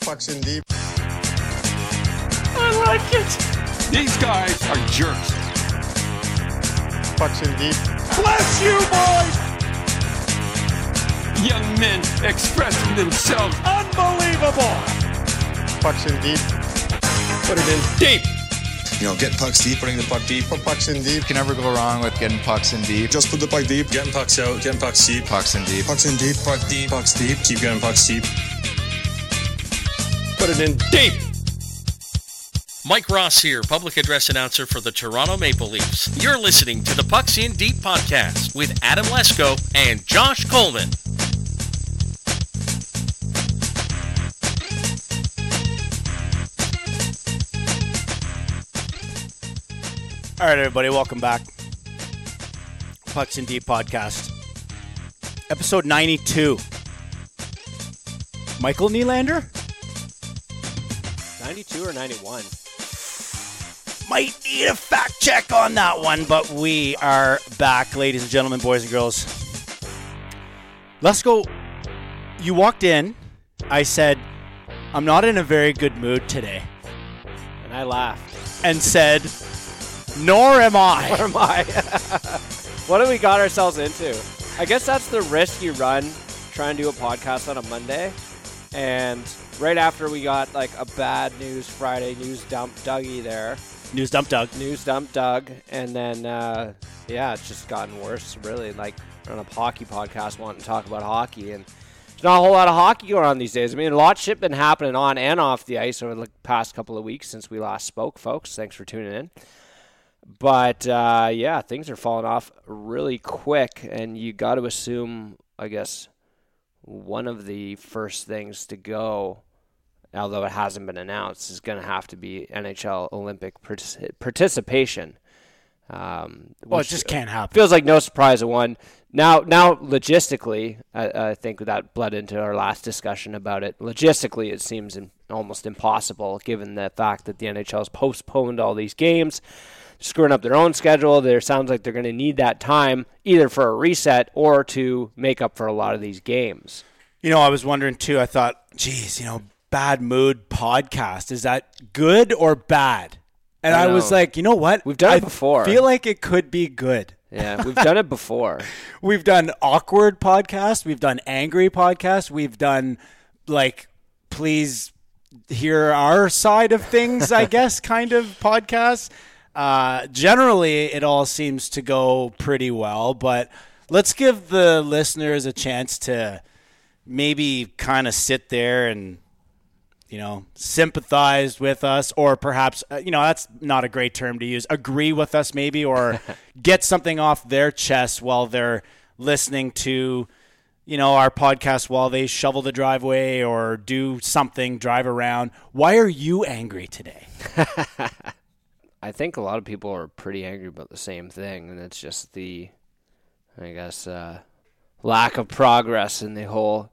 fucks deep. I like it. These guys are jerks. Fucks deep. Bless you, boys. Young men expressing themselves. Unbelievable. Pucks in deep. Put it in deep. You know, get pucks deep, putting the puck deep. Put pucks in deep. can never go wrong with getting pucks in deep. Just put the puck deep. Getting pucks out, getting pucks deep. Pucks in deep. Pucks in deep. Puck deep, pucks deep. Keep getting pucks deep. Put it in deep. Mike Ross here, public address announcer for the Toronto Maple Leafs. You're listening to the Pucks in Deep podcast with Adam Lesko and Josh Coleman. All right, everybody, welcome back. Pucks and Deep podcast, episode ninety-two. Michael Nylander 92 or 91. might need a fact check on that one, but we are back, ladies and gentlemen, boys and girls. Let's go. You walked in. I said, "I'm not in a very good mood today," And I laughed. and said, "Nor am I." What am I? what have we got ourselves into? I guess that's the risk you run trying to do a podcast on a Monday. And right after we got like a bad news Friday news dump Dougie there, News dump, Doug. news dump Doug. And then, uh, yeah, it's just gotten worse, really. Like on a hockey podcast, wanting to talk about hockey. And there's not a whole lot of hockey going on these days. I mean, a lot of shit been happening on and off the ice over the past couple of weeks since we last spoke, folks. Thanks for tuning in. But uh, yeah, things are falling off really quick, and you got to assume, I guess, one of the first things to go, although it hasn't been announced, is going to have to be NHL Olympic partici- participation. Um, Well, it which just can't happen. feels like no surprise at one. Now, now logistically, I, I think that bled into our last discussion about it. Logistically, it seems in, almost impossible given the fact that the NHL has postponed all these games, screwing up their own schedule. There sounds like they're going to need that time either for a reset or to make up for a lot of these games. You know, I was wondering too. I thought, geez, you know, bad mood podcast is that good or bad? And I I, was know. like, you know what? We've done it I before. Feel like it could be good. Yeah, we've done it before. We've done awkward podcast. We've done angry podcast. We've done like, please hear our side of things. I guess kind of podcasts. Uh, generally, it all seems to go pretty well, but let's give the listeners a chance to maybe kind of sit there and you know sympathize with us or perhaps uh, you know that's not a great term to use agree with us maybe or get something off their chest while they're listening to you know our podcast while they shovel the driveway or do something drive around why are you angry today I think a lot of people are pretty angry about the same thing, and it's just the, I guess, uh, lack of progress in the whole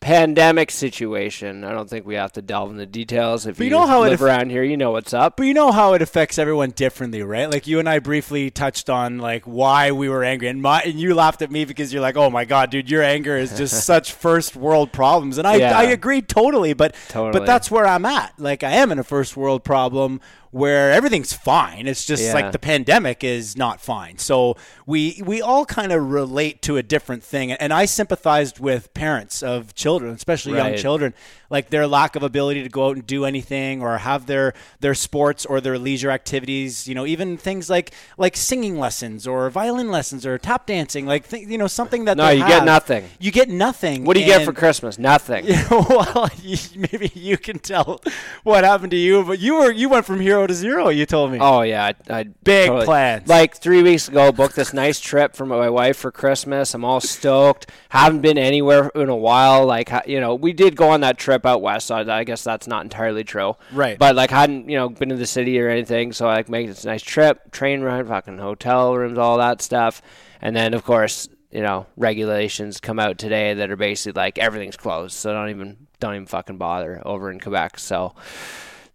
pandemic situation. I don't think we have to delve into details. If But you, you know how it aff- live around here, you know what's up. but you know how it affects everyone differently right like you and i briefly touched on like why we were angry and my and you laughed at me because you're like oh my god dude your anger is just such first world problems and i Yeah. i agree totally but Totally. but that's where i'm at like i am in a first world problem where everything's fine it's just Yeah. like the pandemic is not fine so we we all kind of relate to a different thing and i sympathized with parents of children especially young Right. children children like their lack of ability to go out and do anything or have their their sports or their leisure activities you know even things like like singing lessons or violin lessons or tap dancing like th- you know something that No, they you get have. nothing. you get nothing What do you get for And- Christmas? Nothing. well, you, maybe you can tell what happened to you, but you were you went from hero to zero. You told me. Oh yeah, I, I Big plans. Like three weeks ago, booked this nice trip for my wife for Christmas. I'm all stoked. Haven't been anywhere in a while. Like ha- you know, we did go on that trip out west. So I I guess that's not entirely true. Right. But like hadn't you know been to the city or anything. So like make this nice trip, train ride, fucking hotel rooms, all that stuff, and then of course you know regulations come out today that are basically like everything's closed. So don't even don't even fucking bother over in Quebec. So.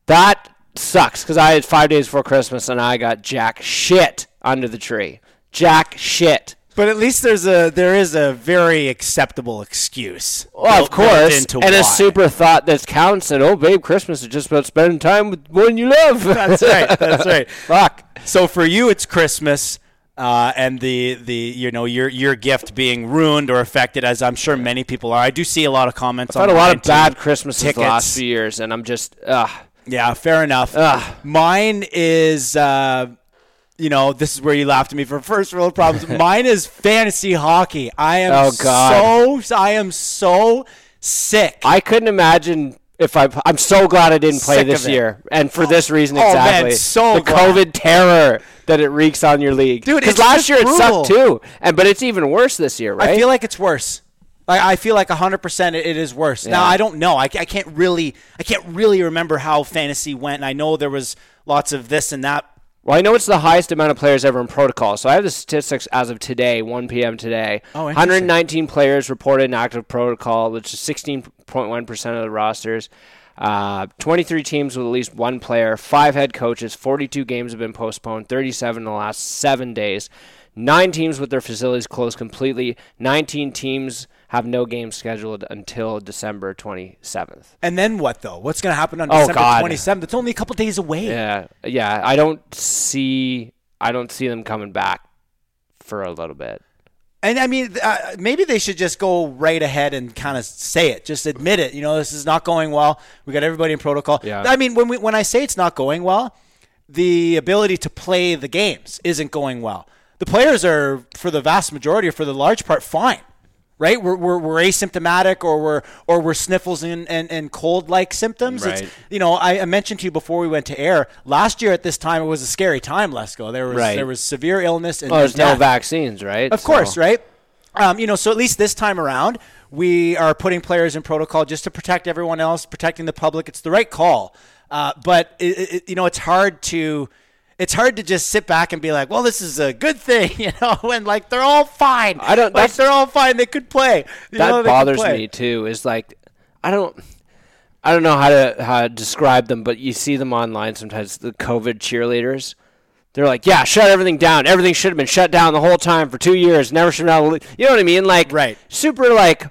That sucks because I had five days before Christmas and I got jack shit under the tree. Jack shit. But at least there's a there is a very acceptable excuse. Well, of built- built course, into and a why. super thought that counts. And oh, babe, Christmas is just about spending time with one you love. That's right. That's right. Fuck. So for you, it's Christmas, uh, and the the you know your your gift being ruined or affected, as I'm sure many people are. I do see a lot of comments. I've had a lot online, of bad too. Christmases the tickets. last few years, and I'm just, uh, Yeah, fair enough. Mine is. Uh, you know, this is where you laughed at me for first world problems. Mine is fantasy hockey. I am Oh, God. so I am so sick. I couldn't imagine if I. I'm so glad I didn't play Sick of this it. year, and for this reason oh, man, exactly. so the glad. COVID terror that it wreaks on your league, Dude, it's last just year it brutal. sucked too, and but it's even worse this year, right? I feel like it's worse. I, I feel like 100% it, it is worse. Now, I don't know. I, ca- I can't really I can't really remember how fantasy went. And I know there was lots of this and that. Well, I know it's the highest amount of players ever in protocol. So I have the statistics as of today, 1 p.m. today. Oh, interesting. 119 players reported in active protocol, which is 16.1% of the rosters. Uh, 23 teams with at least one player, five head coaches, 42 games have been postponed, 37 in the last seven days. Nine teams with their facilities closed completely. 19 teams have no games scheduled until December 27th. And then what, though? What's going to happen on Oh, December God. 27th? It's only a couple days away. Yeah, yeah. I don't see. I don't see them coming back for a little bit. And I mean, th- uh, maybe they should just go right ahead and kind of say it, just admit it. You know, this is not going well. We got everybody in protocol. Yeah. I mean, when we when I say it's not going well, the ability to play the games isn't going well. The players are, for the vast majority, or for the large part, fine. Right, we're, we're, we're asymptomatic, or we're or we're sniffles and, and, and cold like symptoms. Right. It's, you know, I, I mentioned to you before we went to air last year at this time. It was a scary time. Lesko. There was Right. there was severe illness and Oh, there's no death. vaccines, right? Of course, right? Um, you know, so at least this time around, we are putting players in protocol just to protect everyone else, protecting the public. It's the right call, uh, but it, it, it- you know, it's hard to. It's hard to just sit back and be like, "Well, this is a good thing," you know, and like they're all fine. I don't- like that's- they're all fine. They could play. You That know, they could bothers play. me too. Is like, I don't. I don't know how to how to describe them, but you see them online sometimes. The COVID cheerleaders, they're like, "Yeah, shut everything down. Everything should have been shut down the whole time for two years. Never should have." been- You know what I mean? Like, Right. Super like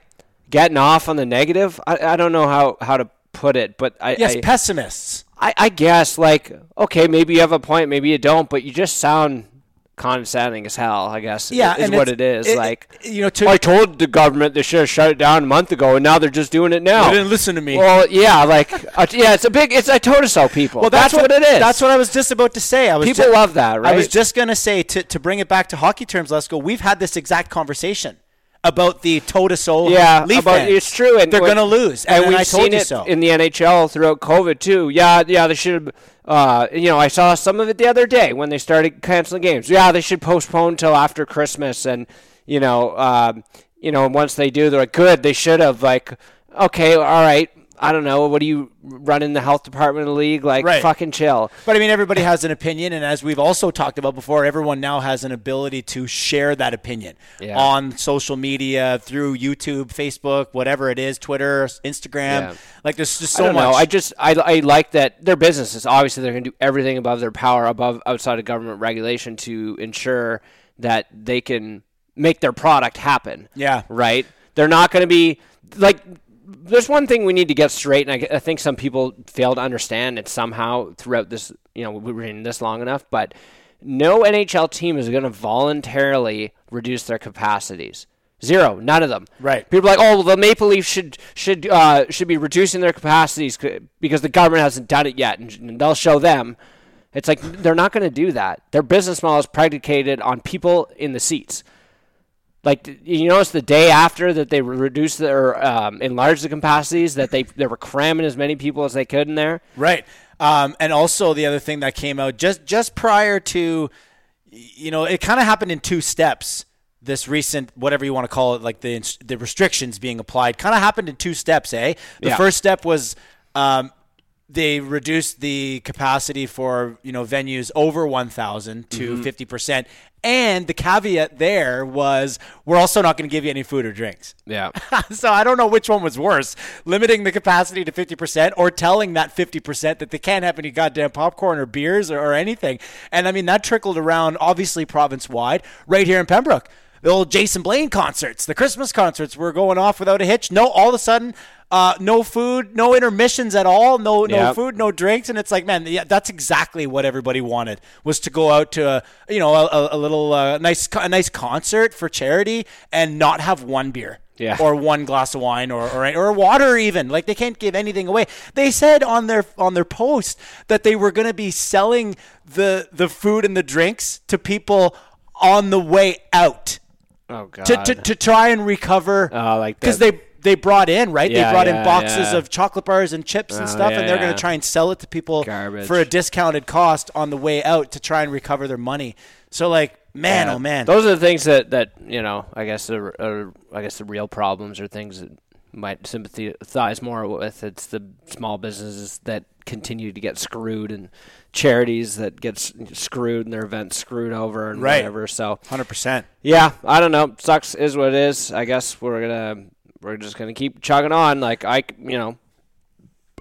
getting off on the negative. I, I don't know how how to put it, but I Yes, I, pessimists. I, I guess like okay, maybe you have a point, maybe you don't, but you just sound condescending as hell. I guess Yeah, is and what it it's- is. it- like you know, to- I told the government they should have shut it down a month ago, and now they're just doing it now. They didn't listen to me. Well, yeah, like uh, yeah, it's a big. It's I told us so, people. Well, that's, what, it is. That's what I was just about to say. I was People ju- love that, I was right? just gonna say to, to bring it back to hockey terms, let's go. We've had this exact conversation about the toe to sole. Yeah, Leaf about, fans. it's true, and they're when- gonna lose. And, then we've I told seen you it so. in the NHL throughout COVID too. Yeah, yeah, they should. have Uh, you know, I saw some of it the other day when they started canceling games. Yeah, they should postpone till after Christmas, and you know, um, you know, once they do, they're like, good. They should have like, okay, all right. I don't know. What do you run in the health department of the league? Like, Right. fucking chill. but I mean, everybody has an opinion, and as we've also talked about before, everyone now has an ability to share that opinion Yeah. on social media, through YouTube, Facebook, whatever it is, Twitter, Instagram. Yeah. Like there's just I so don't much. know. I just I, I like that their businesses obviously they're going to do everything above their power, above outside of government regulation to ensure that they can make their product happen. Yeah. Right. They're not going to be like. There's one thing we need to get straight, and I, I think some people fail to understand it somehow throughout this. You know, we were in this long enough, but no NHL team is going to voluntarily reduce their capacities. Zero, none of them. Right. People are like, oh, well, the Maple Leafs should should uh, should be reducing their capacities c- because the government hasn't done it yet, and, and they'll show them. It's like they're not going to do that. Their business model is predicated on people in the seats. Like you notice the day after that they reduced their um, enlarged the capacities that they they were cramming as many people as they could in there. Right. Um, and also the other thing that came out just just prior to, you know, it kind of happened in two steps. This recent, whatever you want to call it, like the ins- the restrictions being applied, kind of happened in two steps. Eh. The Yeah. first step was. Um, they reduced the capacity for you know venues over 1000 to 50% and the caveat there was we're also not going to give you any food or drinks Yeah. so I don't know which one was worse, limiting the capacity to 50% or telling that 50% that they can't have any goddamn popcorn or beers or, or anything. And I mean, that trickled around, obviously, province wide, right here in Pembroke. the old Jason Blaine concerts, the Christmas concerts were going off without a hitch. No, all of a sudden, uh, no food, no intermissions at all, no no Yep. food, no drinks, and it's like, man, yeah, that's exactly what everybody wanted was to go out to a you know a- a, a little uh, nice a nice concert for charity and not have one beer. Yeah. Or one glass of wine or, or or water even. Like they can't give anything away. They said on their on their post that they were going to be selling the the food and the drinks to people on the way out Oh god. to, to, to try and recover Oh, like because the- they they brought in right Yeah, they brought yeah, in boxes yeah. of chocolate bars and chips and Oh, stuff yeah, and they're going yeah. to try and sell it to people Garbage. for a discounted cost on the way out to try and recover their money so like man oh man Those are the things that, that you know. I guess the uh, I guess the real problems are things that might sympathize more with. It's the small businesses that continue to get screwed and charities that get s- screwed and their events screwed over and Right. whatever. So 100% yeah, I don't know. Sucks is what it is. I guess we're gonna we're just gonna keep chugging on. Like I, c- you know,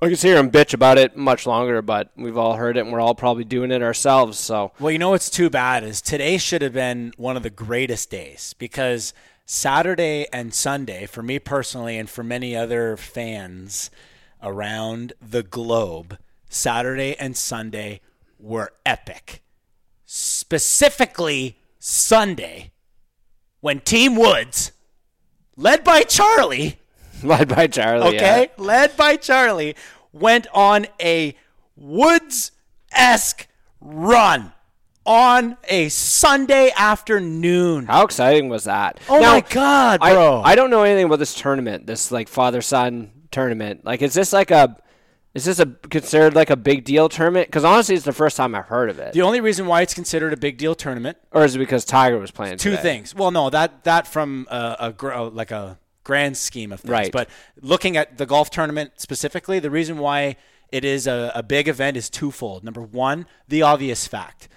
I can sit here and bitch about it much longer, but we've all heard it and we're all probably doing it ourselves. So Well, you know what's too bad is today should have been one of the greatest days because Saturday and Sunday, for me personally, and for many other fans around the globe, Saturday and Sunday were epic. Specifically, Sunday, when Team Woods, led by Charlie, led by Charlie. yeah. okay, led by Charlie, went on a Woods esque run on a Sunday afternoon. How exciting was that? Oh my God, I- bro. I, don't know anything about this tournament, this like father son tournament. Like, is this like a, is this a considered like a big deal tournament? Because honestly, it's the first time I've heard of it. The only reason why it's considered a big deal tournament or is it because Tiger was playing? two today? things. Well, no, that that from a, a gr- uh, like a grand scheme of things. Right. But looking at the golf tournament specifically, the reason why it is a, a big event is twofold. Number one, the obvious fact: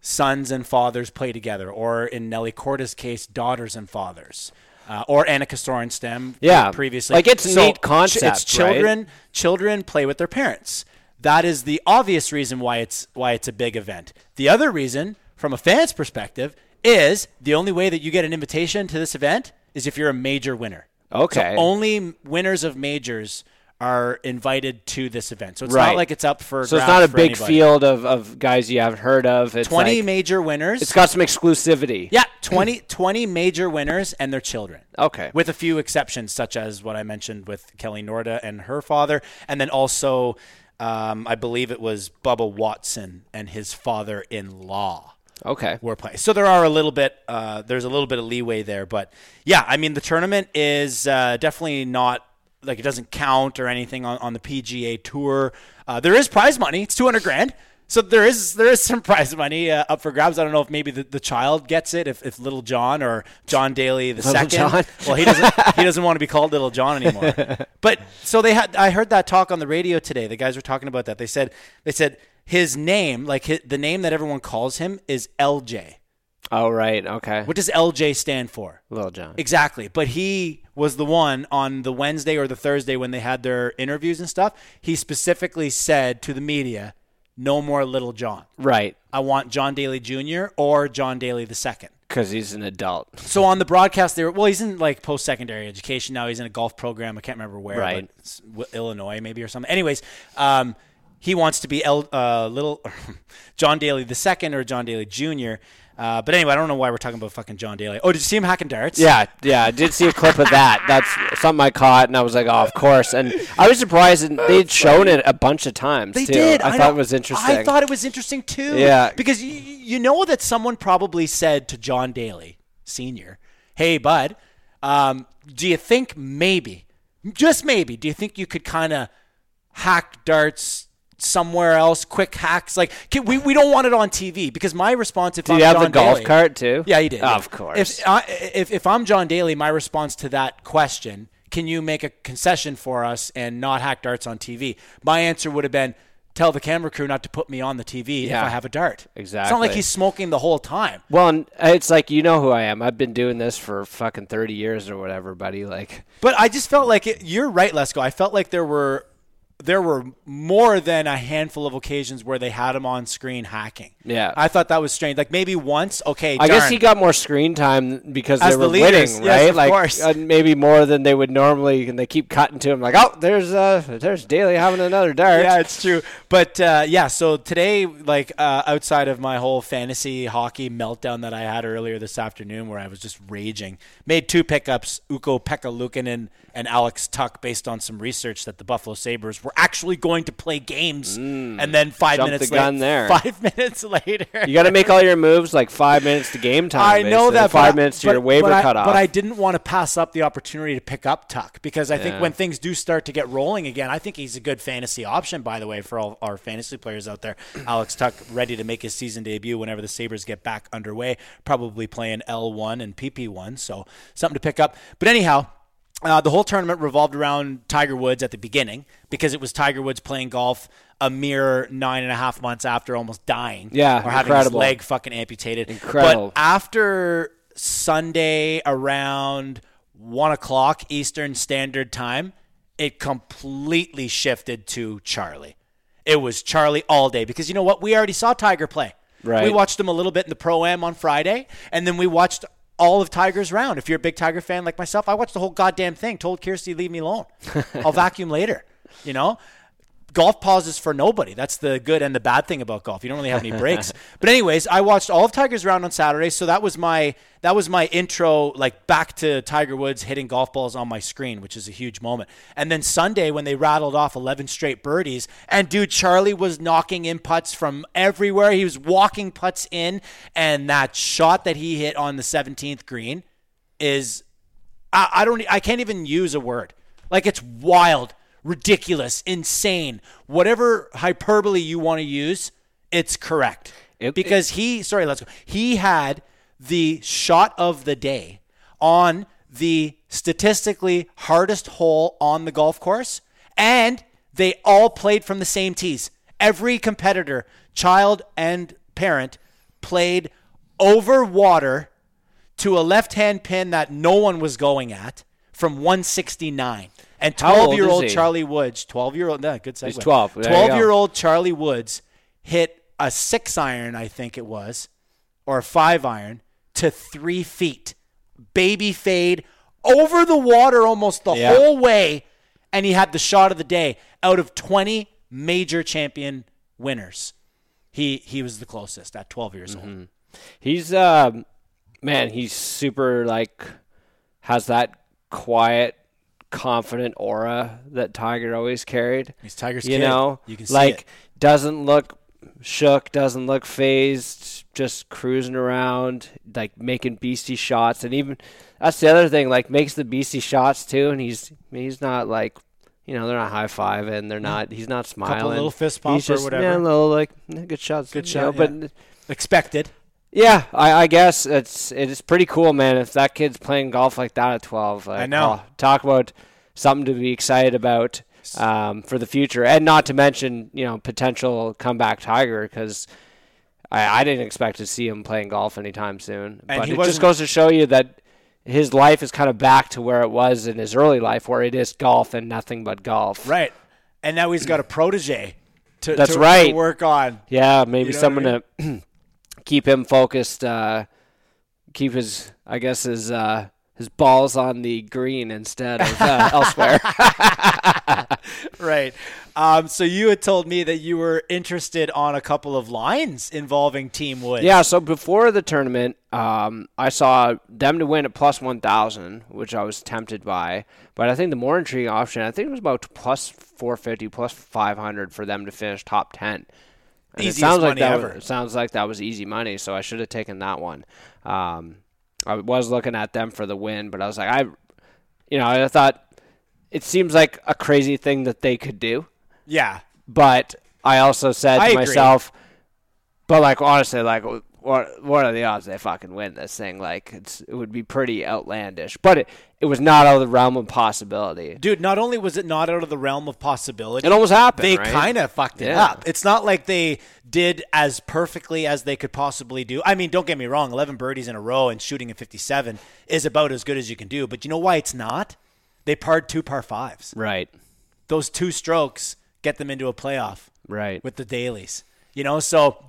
sons and fathers play together, or in Nelly Corda's case, daughters and fathers. Uh, or Annika Sorenstam, Yeah. previously. Like, it's a neat ch- concept, It's right? children. Children play with their parents. That is the obvious reason why it's why it's a big event. The other reason, from a fan's perspective, is the only way that you get an invitation to this event is if you're a major winner. Okay. So only winners of majors are invited to this event. So it's Right. not like it's up for. So it's grabs not a for big anybody. field of, of guys you haven't heard of. It's Twenty like- major winners. it's got some exclusivity. yeah, 20, 20 major winners and their children. Okay. With a few exceptions, such as what I mentioned with Kelly Norda and her father, and then also, um, I believe it was Bubba Watson and his father-in-law Okay. were playing. So there are a little bit, uh, there's a little bit of leeway there, but yeah, I mean the tournament is uh, definitely not like it doesn't count or anything on, on the PGA Tour. Uh, there is prize money; it's two hundred grand. So there is there is some prize money uh, up for grabs. I don't know if maybe the, the child gets it, if, if little John or John Daly the second. John. Well, he doesn't he doesn't want to be called Little John anymore. But so they had I heard that talk on the radio today. The guys were talking about that. They said they said his name, like hi the name that everyone calls him, is LJ. Oh right. Okay. What does LJ stand for? Little John. Exactly. But he was the one on the Wednesday or the Thursday when they had their interviews and stuff. He specifically said to the media, "No more Little John. Right. I want John Daly Jr. or John Daly the second. Because he's an adult. So on the broadcast, they were well. He's in like post secondary education now. He's in a golf program. I can't remember where, Right. but it's w- Illinois maybe or something. Anyways, um, he wants to be El, uh, little John Daly the second or John Daly Junior. Uh, but anyway, I don't know why we're talking about fucking John Daly. Oh, did you see him hacking darts? Yeah, yeah, I did see a clip of that. That's something I caught, and I was like, "Oh, of course." And I was surprised, and they'd shown it a bunch of times. They too. did. I, know- thought it was interesting. I thought it was interesting too. Yeah. Because you, you know that someone probably said to John Daly Senior, "Hey, bud, um, do you think maybe, just maybe, do you think you could kind of hack darts?" Somewhere else, quick hacks like can, we we don't want it on TV because my response if Did I'm he have John the golf Daly- cart, too? Yeah, he did. Of yeah. course. If I, if if I'm John Daly, my response to that question, can you make a concession for us and not hack darts on TV? My answer would have been tell the camera crew not to put me on the TV Yeah. if I have a dart. It's not Exactly. like he's smoking the whole time. well, and it's like you know who I am. I've been doing this for fucking thirty years or whatever, buddy. Like, But I just felt like it, you're right, Lesko. I felt like there were there were more than a handful of occasions where they had him on screen hacking. Yeah. I thought that was strange. Like maybe once, okay. I guess darn. he got more screen time because As they the were leaders, winning, yes, right? of like course. uh, maybe more than they would normally, and they keep cutting to him. Like, oh, there's uh, there's Daly having another dart. Yeah, it's true. But uh, yeah, so today, like uh, outside of my whole fantasy hockey meltdown that I had earlier this afternoon, where I was just raging, made two pickups: Uko Pekka Lukanen and Alex Tuck, based on some research that the Buffalo Sabers were actually going to play games. and then five Mm. jumped minutes the gun later, there. five minutes later, You got to make all your moves like five minutes to game time. I know basically, that but five I- minutes to but- your waiver but I, cutoff. But I didn't want to pass up the opportunity to pick up Tuck because I think Yeah. when things do start to get rolling again, I think he's a good fantasy option. By the way, for all our fantasy players out there, Alex Tuck ready to make his season debut whenever the Sabers get back underway, probably playing L one and PP one, so something to pick up. But anyhow. Uh, the whole tournament revolved around Tiger Woods at the beginning because it was Tiger Woods playing golf a mere nine and a half months after almost dying Yeah, or having his incredible. leg fucking amputated. Incredible. But after Sunday around one o'clock Eastern Standard Time, it completely shifted to Charlie. It was Charlie all day because you know what? We already saw Tiger play. Right. We watched him a little bit in the pro am on Friday, and then we watched all of Tiger's round. If you're a big Tiger fan like myself, I watched the whole goddamn thing. Told Kirsty, leave me alone. I'll vacuum later. You know, golf pauses for nobody. That's the good and the bad thing about golf. You don't really have any breaks. but anyways, I watched all of Tiger's round on Saturday, so that was my that was my intro like back to Tiger Woods hitting golf balls on my screen, which is a huge moment. And then Sunday when they rattled off 11 straight birdies and dude Charlie was knocking in putts from everywhere. He was walking putts in and that shot that he hit on the 17th green is I, I don't I can't even use a word. Like it's wild, ridiculous, insane. Whatever hyperbole you want to use, it's correct. It- because he sorry, let's go. He had the shot of the day on the statistically hardest hole on the golf course and they all played from the same tees. Every competitor, child and parent, played over water to a left hand pin that no one was going at from 169. And How old 12 year old is he? Charlie Woods, 12 year old, no, good segue. 12. There you go. 12 year old Charlie Woods hit a six iron, I think it was, or a five iron to three feet. Baby fade over the water almost the Yeah. whole way. And he had the shot of the day out of 20 major champion winners. He, he was the closest at 12 years Mm-hmm. old. He's um man, he's super like has that quiet, confident aura that Tiger always carried. He's Tiger's you kid. know, You can see like it. doesn't look shook, doesn't look phased, just cruising around, like making beastie shots, and even that's the other thing, like makes the beastie shots too, and he's he's not like. You know they're not high five and they're not. He's not smiling. little fist pump He's or just, whatever. Yeah, little like "Yeah, good shots. Good shot, yeah. But Expected. yeah, I, I guess it's it's pretty cool, man. If that kid's playing golf like that at twelve, like, I know. oh, talk about something to be excited about um, for the future, and not to mention you know potential comeback Tiger because I, I didn't expect to see him playing golf anytime soon. And but he it wasn't- just goes to show you that his life is kind of back to where it was in his early life, where it is golf and nothing but golf. Right. And now he's got a protege to, That's to- right. to work on. Yeah, maybe You know someone what I to keep him focused, uh, keep his, I guess his uh, his balls on the green instead of uh, elsewhere. Right. Um, so you had told me that you were interested on a couple of lines involving Team Woods. Yeah, so before the tournament, um, I saw them to win at plus 1,000, which I was tempted by. But I think the more intriguing option, I think it was about plus 450, plus 500 for them to finish top 10. And Easiest it sounds like money that ever. Was, it sounds like that was easy money, so I should have taken that one. Um, I was looking at them for the win, but I was like, I, you know, I thought it seems like a crazy thing that they could do Yeah. but I also said I to agree. myself, but like honestly, like what what are the odds they fucking win this thing? Like it's it would be pretty outlandish, but it it was not out of the realm of possibility. Dude, not only was it not out of the realm of possibility, It almost happened. they right? kind of fucked it Yeah. up. It's not like they did as perfectly as they could possibly do. I mean, don't get me wrong, 11 birdies in a row and shooting a 57 is about as good as you can do. But you know why it's not? They parred two par fives. right. those two strokes get them into a playoff Right. with the dailies. You know, so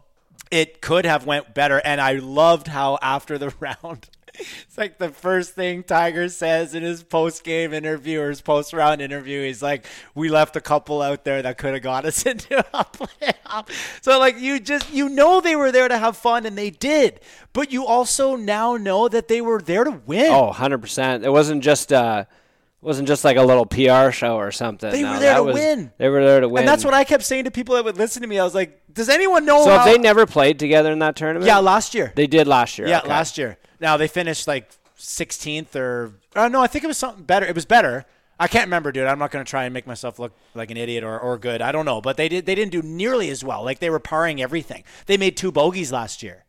it could have went better. And I loved how after the round, it's like the first thing Tiger says in his post game interview or his post round interview. He's like, "We left a couple out there that could have got us into a playoff." So like you just you know they were there to have fun and they did, but you also now know that they were there to win. Oh, 100%. It wasn't just uh it wasn't just like a little PR show or something. They No, were there that to was- win. They were there to win. And that's what I kept saying to people that would listen to me. I was like, "Does anyone know?" So how- if they never played together in that tournament? yeah, last year They did last year. Yeah, okay. last year. Now they finished like 16th or uh, no, I think it was something better. It was better. I can't remember, dude. I'm not going to try and make myself look like an idiot or, or good. I don't know, but they did they didn't do nearly as well. Like they were parring everything. They made two bogeys last year.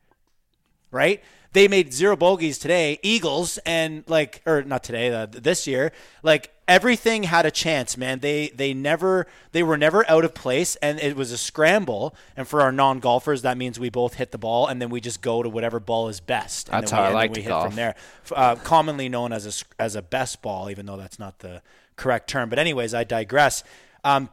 Right? They made zero bogeys today. Eagles and like or not today, uh, this year, like everything had a chance, man. They they never they were never out of place and it was a scramble. And for our non-golfers, that means we both hit the ball and then we just go to whatever ball is best. And That's then we, how I and then like we to hit golf. from there. F- Uh, commonly known as a sc- as a best ball, even though that's not the correct term. But anyways, I digress. Um,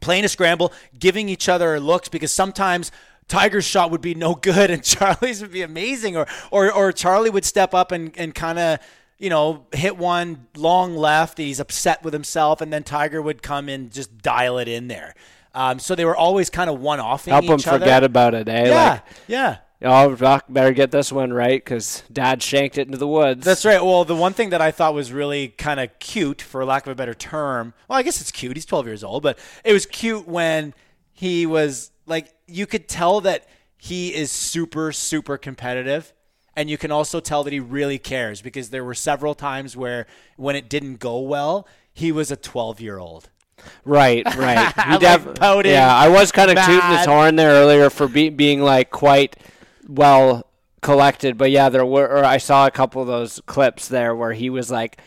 playing a scramble, giving each other looks because sometimes. Tiger's shot would be no good, and Charlie's would be amazing, or or, or Charlie would step up and, and kind of you know hit one long left. He's upset with himself, and then Tiger would come in just dial it in there. Um, so they were always kind of one offing. Help each them forget other. about it, eh? Yeah, Like, yeah. oh, Rock better get this one right because Dad shanked it into the woods. That's right. Well, the one thing that I thought was really kind of cute, for lack of a better term, well, I guess it's cute. He's 12 years old, but it was cute when he was like, you could tell that he is super, super competitive. And you can also tell that he really cares because there were several times where when it didn't go well, he was a 12 year old. Right, right. He Like pouting, yeah, I was kind of tooting mad. his horn there earlier for be- being like quite well collected, but yeah, there were. Or I saw a couple of those clips there where he was like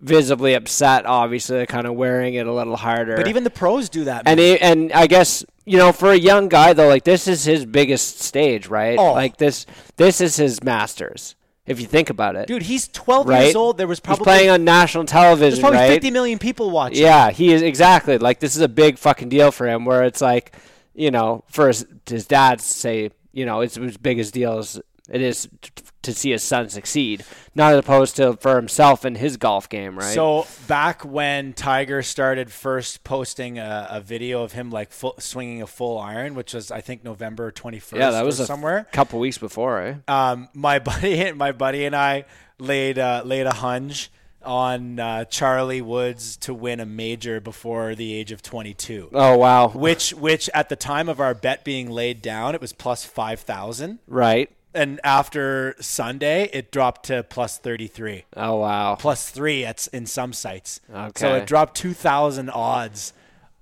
visibly upset, obviously, kind of wearing it a little harder. But even the pros do that. man. and he, and I guess you know for a young guy though, like this is his biggest stage, right? Oh. Like this, this is his masters. If you think about it, Dude, he's 12 right? years old. There was probably, he's playing on national there's television, probably right? 50 million people watching. Yeah, he is exactly like this is a big fucking deal for him. Where it's like, you know, for his, his dad to say, you know, it's as big as deal as it is t- to see his son succeed, not as opposed to for himself in his golf game, right? So back when Tiger started first posting a, a video of him like full, swinging a full iron, which was I think November 21st yeah, that was or a somewhere. couple weeks before, eh? Um, my buddy, my buddy and I laid uh, laid a hunch on uh, Charlie Woods to win a major before the age of 22. oh wow, Which, which at the time of our bet being laid down, it was plus five thousand, right? and after Sunday, it dropped to plus thirty three Oh wow, plus three at in some sites. So Okay. it dropped two thousand odds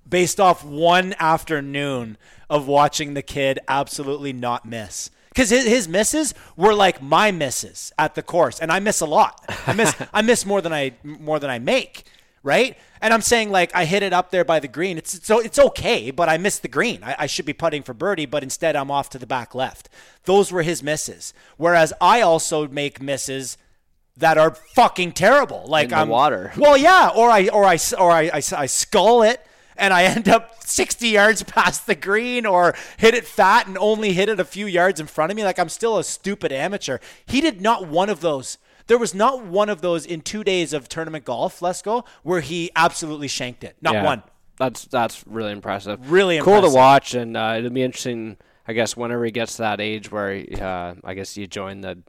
based off one afternoon of watching the kid absolutely not miss. Because his, his misses were like my misses at the course, and I miss a lot. I miss I miss more than I more than I make, right? And I'm saying like I hit it up there by the green. It's so it's okay, but I missed the green. I, I should be putting for birdie, but instead I'm off to the back left. Those were his misses. Whereas I also make misses that are fucking terrible. Like In the I'm water. Well, yeah, or I or I or I, I, I skull it and I end up 60 yards past the green or hit it fat and only hit it a few yards in front of me. Like I'm still a stupid amateur. He did not one of those. There was not one of those in two days of tournament golf, let's go, where he absolutely shanked it. Not Yeah. one. That's that's really impressive. Really cool impressive. to watch, and uh, it'll be interesting. I guess whenever he gets to that age where uh, I guess you join the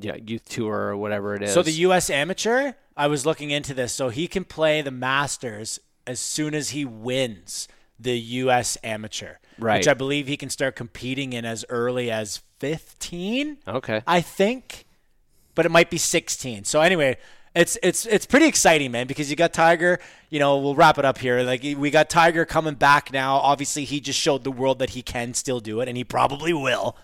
yeah, youth tour or whatever it is. So the U.S. amateur, I was looking into this. So he can play the Masters as soon as he wins the U.S. amateur, Right. Which I believe he can start competing in as early as fifteen. okay. I think, but it might be 16. So anyway, it's it's it's pretty exciting, man, because you got Tiger. You know, we'll wrap it up here. Like we got Tiger coming back now. Obviously, he just showed the world that he can still do it, and he probably will.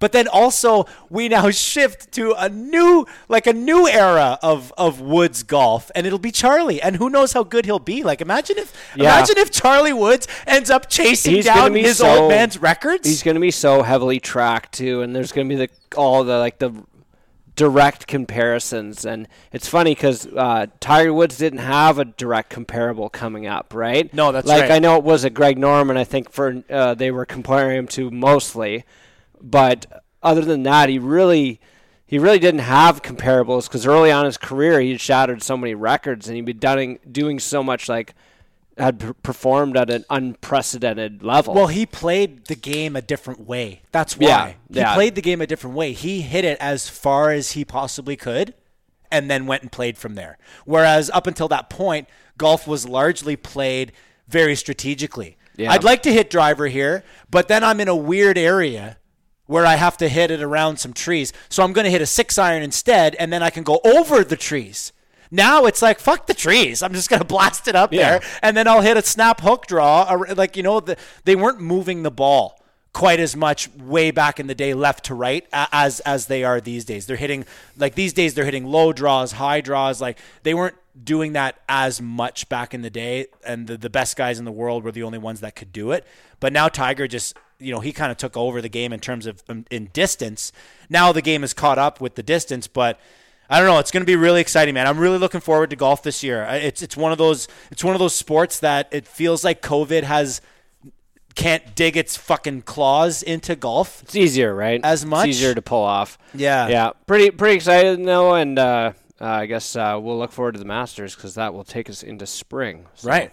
But then also, we now shift to a new, like a new era of of Woods golf, and it'll be Charlie. And who knows how good he'll be? Like, imagine if, Yeah. imagine if Charlie Woods ends up chasing He's gonna down be his so- old man's records. He's going to be so heavily tracked too, and there's going to be the all the like the direct comparisons. And it's funny because uh, Tiger Woods didn't have a direct comparable coming up, right? No, that's like right. I know it was a Greg Norman. I think for uh, they were comparing him to mostly, but other than that, he really. He really didn't have comparables because early on in his career he had shattered so many records and he'd been doing, doing so much like had per- performed at an unprecedented level. Well, he played the game a different way. That's why. Yeah, he yeah. played the game a different way. He hit it as far as he possibly could and then went and played from there. Whereas up until that point, golf was largely played very strategically. Yeah. I'd like to hit driver here, but then I'm in a weird area where I have to hit it around some trees. So I'm going to hit a six iron instead, and then I can go over the trees. Now it's like fuck the trees. I'm just going to blast it up Yeah. there, and then I'll hit a snap hook draw. or, Like you know, the, they weren't moving the ball quite as much way back in the day, left to right, a- as as they are these days. They're hitting like these days they're hitting low draws, high draws. Like they weren't doing that as much back in the day, and the, the best guys in the world were the only ones that could do it. But now Tiger just you know he kind of took over the game in terms of um, in distance. Now the game is caught up with the distance, but. I don't know. It's going to be really exciting, man. I'm really looking forward to golf this year. I- It's it's one of those it's one of those sports that it feels like COVID has can't dig its fucking claws into golf. it's easier, right? As much? it's easier to pull off. Yeah. yeah. Pretty pretty excited though, and uh, uh, I guess uh, we'll look forward to the Masters because that will take us into spring. So- Right.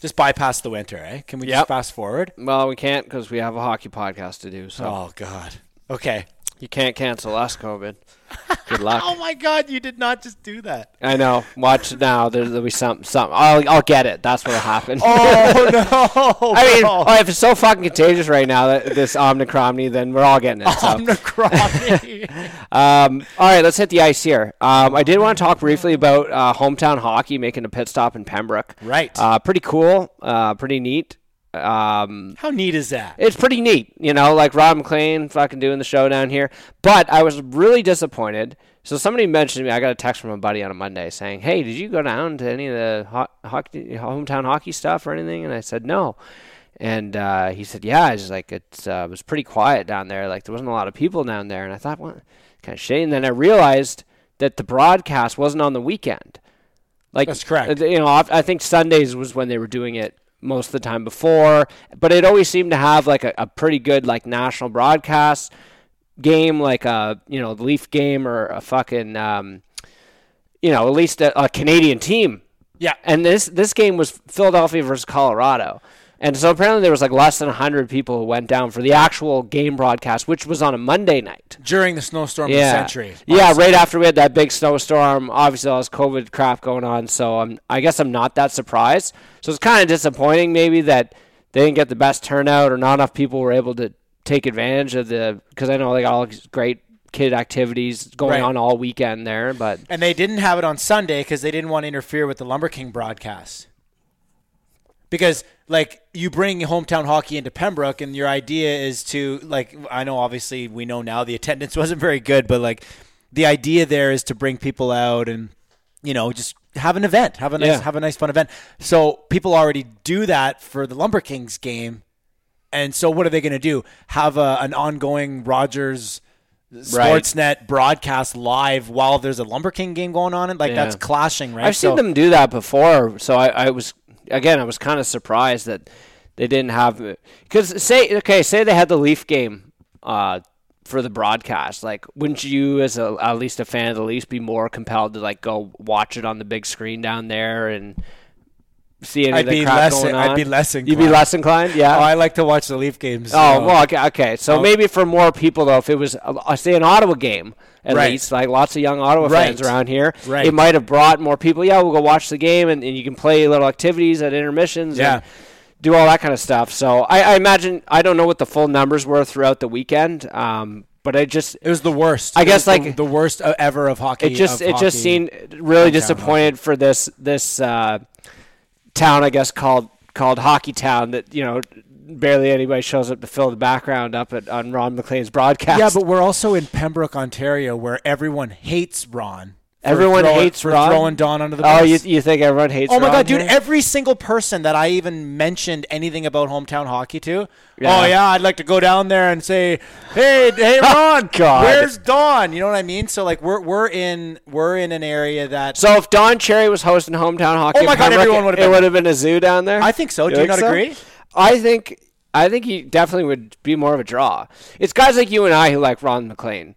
Just bypass the winter, eh? Can we Yep. just fast forward? Well, we can't because we have a hockey podcast to do, so Oh god. Okay. you can't cancel us, COVID. Good luck. Oh my god, you did not just do that. I know. Watch it now. There, there'll be something. Something. I'll, I'll get it. That's what'll happen. Oh no. I mean, oh, if it's so fucking contagious right now, that this Omnicromny, then we're all getting it. So. Um, all right, let's hit the ice here. Um, I did want to talk briefly about uh, hometown hockey making a pit stop in Pembroke. Right. Uh, pretty cool. Uh, pretty neat. Um, How neat is that? it's pretty neat, you know, like Rob McLean fucking doing the show down here. But I was really disappointed. So somebody mentioned to me, I got a text from a buddy on a Monday saying, "Hey, did you go down to any of the ho- hockey, hometown hockey stuff or anything?" And I said, "No." And uh, he said, "Yeah, it's like it's uh, it was pretty quiet down there. Like there wasn't a lot of people down there." And I thought, "What kind of shame?" And then I realized that the broadcast wasn't on the weekend. Like That's correct. uh, You know, I I think Sundays was when they were doing it most of the time before, but it always seemed to have like a, a pretty good like national broadcast game, like a you know Leaf game or a fucking um, you know at least a, a Canadian team. Yeah. And this this game was Philadelphia versus Colorado. And so apparently there was like less than 100 people who went down for the actual game broadcast, which was on a Monday night. During the snowstorm of the century. Yeah, right after we had that big snowstorm, obviously all this COVID crap going on. So I'm, I guess I'm not that surprised. So it's kind of disappointing maybe that they didn't get the best turnout or not enough people were able to take advantage of the because I know they got all these great kid activities going Right. on all weekend there. But And they didn't have it on Sunday because they didn't want to interfere with the Lumber King broadcast. Because like you bring hometown hockey into Pembroke, and your idea is to like I know obviously we know now the attendance wasn't very good, but like the idea there is to bring people out and you know just have an event, have a nice Yeah. have a nice fun event. So people already do that for the Lumber Kings game, and so what are they going to do? Have a, an ongoing Rogers Right. Sportsnet broadcast live while there's a Lumber King game going on, and like Yeah. that's clashing, right? I've So- seen them do that before, so I, I was again I was kind of surprised that they didn't have because say okay say they had the Leaf game uh, for the broadcast. Like, wouldn't you as a, at least a fan of the Leafs be more compelled to like go watch it on the big screen down there and see any I'd of the be crap less- going I'd on? be less You'd inclined. be less inclined, yeah. Oh, I like to watch the Leaf games. Oh so- well, okay, okay. So maybe for more people though, if it was uh, say an Ottawa game at Right. least, like lots of young Ottawa Right. fans around here, Right. it might have brought more people. Yeah, we'll go watch the game, and, and you can play little activities at intermissions. Yeah. And, do all that kind of stuff. So I, I imagine I don't know what the full numbers were throughout the weekend, um, but I just it was the worst. I It guess, was the, like- the worst uh, ever of hockey. it just of it just hockey. seemed really disappointed for this this uh, town I guess called called Hockey Town that you know barely anybody shows up to fill the background up at, on Ron McLean's broadcast. Yeah, but we're also in Pembroke, Ontario, where everyone hates Ron. Everyone throwing- hates for Rod? throwing Don under the bus. Oh, you, you think everyone hates? Oh my Ron god, dude! here? Every single person that I even mentioned anything about hometown hockey to, Yeah. oh yeah, I'd like to go down there and say, hey, hey, Ron, God. where's Don? You know what I mean? So like, we're we're in we're in an area that so if Don Cherry was hosting hometown hockey, Oh my in God, Pembroke, everyone would've it been- would have been a zoo down there. I think so. Do you think not agree? I think I think he definitely would be more of a draw. It's guys like you and I who like Ron McLean,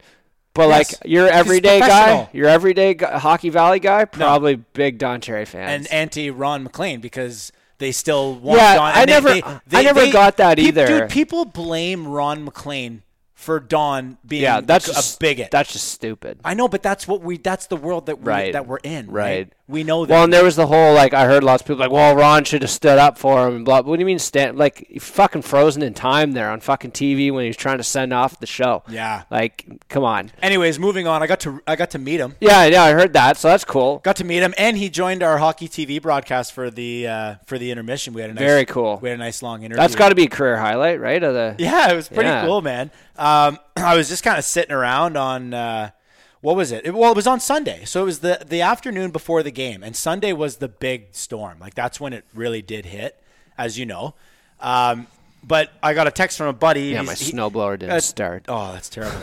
but Yes. like your everyday guy, professional. your everyday gu hockey Valley guy, probably big Don Cherry fans. and anti Ron McLean because they still want Yeah, Don. I and they- never- they- I they- never they- got that peop- either. Dude, people blame Ron McLean for Don being yeah, that's a just, bigot. That's just stupid. I know, but that's what we that's the world that we Right. that we're in. Right. We know that. Well, and there was the whole like I heard lots of people like, well, Ron should have stood up for him. And blah. What do you mean stand? Like he fucking frozen in time there on fucking TV when he was trying to send off the show. Yeah. Like, come on. Anyways, moving on. I got to I got to meet him. Yeah, yeah, I heard that, so that's cool. Got to meet him, and he joined our hockey TV broadcast for the uh, for the intermission. We had a nice, Very cool. We had a nice long interview. That's got to be a career highlight, right? Of the Yeah, it was pretty Yeah. cool, man. Um, I was just kind of sitting around on uh, what was it? It- Well, it was on Sunday, so it was the the afternoon before the game, and Sunday was the big storm. Like that's when it really did hit, as you know. Um, but I got a text from a buddy. yeah, my He's- he- snowblower didn't uh, start. Oh, that's terrible.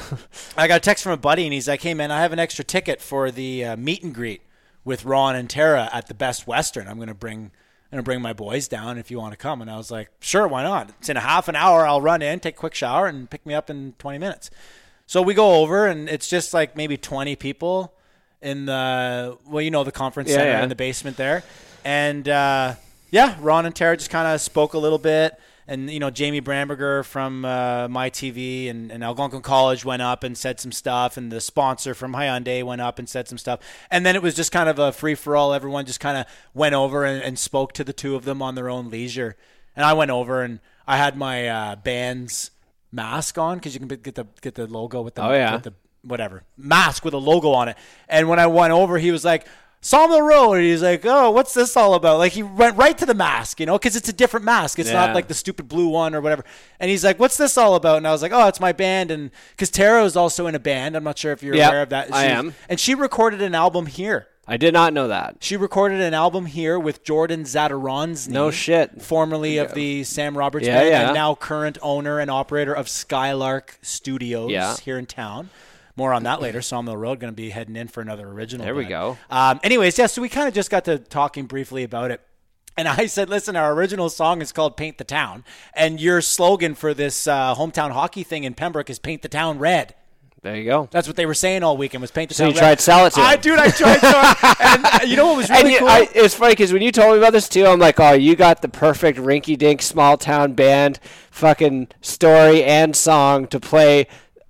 I got a text from a buddy, and he's like, "Hey, man, I have an extra ticket for the uh, meet and greet with Ron and Tara at the Best Western. I'm gonna bring, I'm gonna bring my boys down if you want to come." And I was like, "Sure, why not? It's in a half an hour. I'll run in, take a quick shower, and pick me up in 20 minutes." So we go over, and it's just like maybe 20 people in the well, you know, the conference Yeah, center yeah. in the basement there, and uh, yeah, Ron and Tara just kind of spoke a little bit, and you know, Jamie Bramberger from uh, my TV and, and Algonquin College went up and said some stuff, and the sponsor from Hyundai went up and said some stuff, and then it was just kind of a free for all. Everyone just kind of went over and, and spoke to the two of them on their own leisure, and I went over and I had my uh, band's mask on because you can get the get the logo with the Oh, yeah. with the whatever mask with a logo on it. And when I went over, he was like, "Saw him on the road." And he's like, "Oh, what's this all about?" Like he went right to the mask, you know, because it's a different mask. It's Yeah. not like the stupid blue one or whatever. And he's like, "What's this all about?" And I was like, "Oh, it's my band." And because Tara is also in a band, I'm not sure if you're Yeah, aware of that. I She's- am. And she recorded an album here. I did not know that. She recorded an album here with Jordan Zadaronsny. No shit. Formerly of the Sam Roberts Yeah, band yeah. and now current owner and operator of Skylark Studios Yeah. here in town. More on that later. Sawmill Road going to be heading in for another original. There we but- go. Um, anyways, yeah, so we kind of just got to talking briefly about it. And I said, listen, our original song is called Paint the Town. And your slogan for this uh, hometown hockey thing in Pembroke is Paint the Town Red. There you go. That's what they were saying all weekend was Paint the So Town you Red. tried to sell it to I, them. Dude, I tried so hard. And uh, you know what was really And you, cool? I, it's funny because when you told me about this too, I'm like, oh, you got the perfect rinky-dink small-town band fucking story and song to play.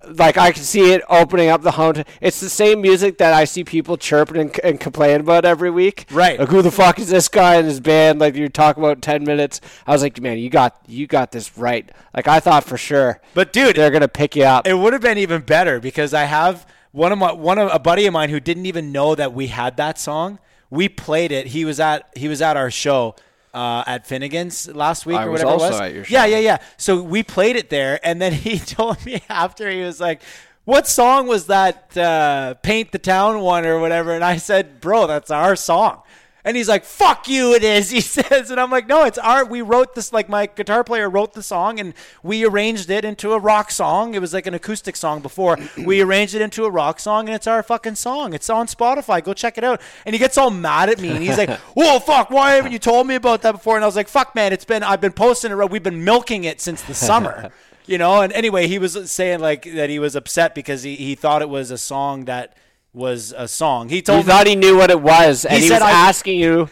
Like I can see it opening up the home. It's the same music that I see people chirping and, and complaining about every week. Right. Like who the fuck is this guy and his band? Like you're talking about ten minutes. I was like, man, you got you got this right. Like I thought for sure. But dude, they're gonna pick you up. it would have been even better because I have one of my one of a buddy of mine who didn't even know that we had that song. We played it. He was at he was at our show uh, at Finnegan's last week I or was whatever it also was. at your Yeah, show. yeah, yeah. So we played it there, and then he told me after he was like. What song was that? Uh, Paint the town one or whatever. And I said, "Bro, that's our song." And he's like, "Fuck you, it is." He says, and I'm like, "No, it's our. We wrote this. Like my guitar player wrote the song, and we arranged it into a rock song. It was like an acoustic song before. we arranged it into a rock song, and it's our fucking song. It's on Spotify. Go check it out." And he gets all mad at me, and he's like, "Whoa, fuck! Why haven't you told me about that before?" And I was like, "Fuck, man, it's been. I've been posting it. We've been milking it since the summer." You know, and anyway, he was saying like that he was upset because he, he thought it was a song that was a song. He he told me thought he knew what it was, and he, said was I- asking you.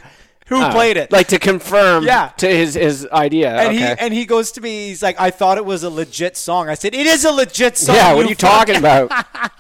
who Uh, played it. Like to confirm Yeah. to his, his idea. And okay. he and he goes to me. He's like, "I thought it was a legit song." I said, "It is a legit song." yeah, what are you fuck." talking about?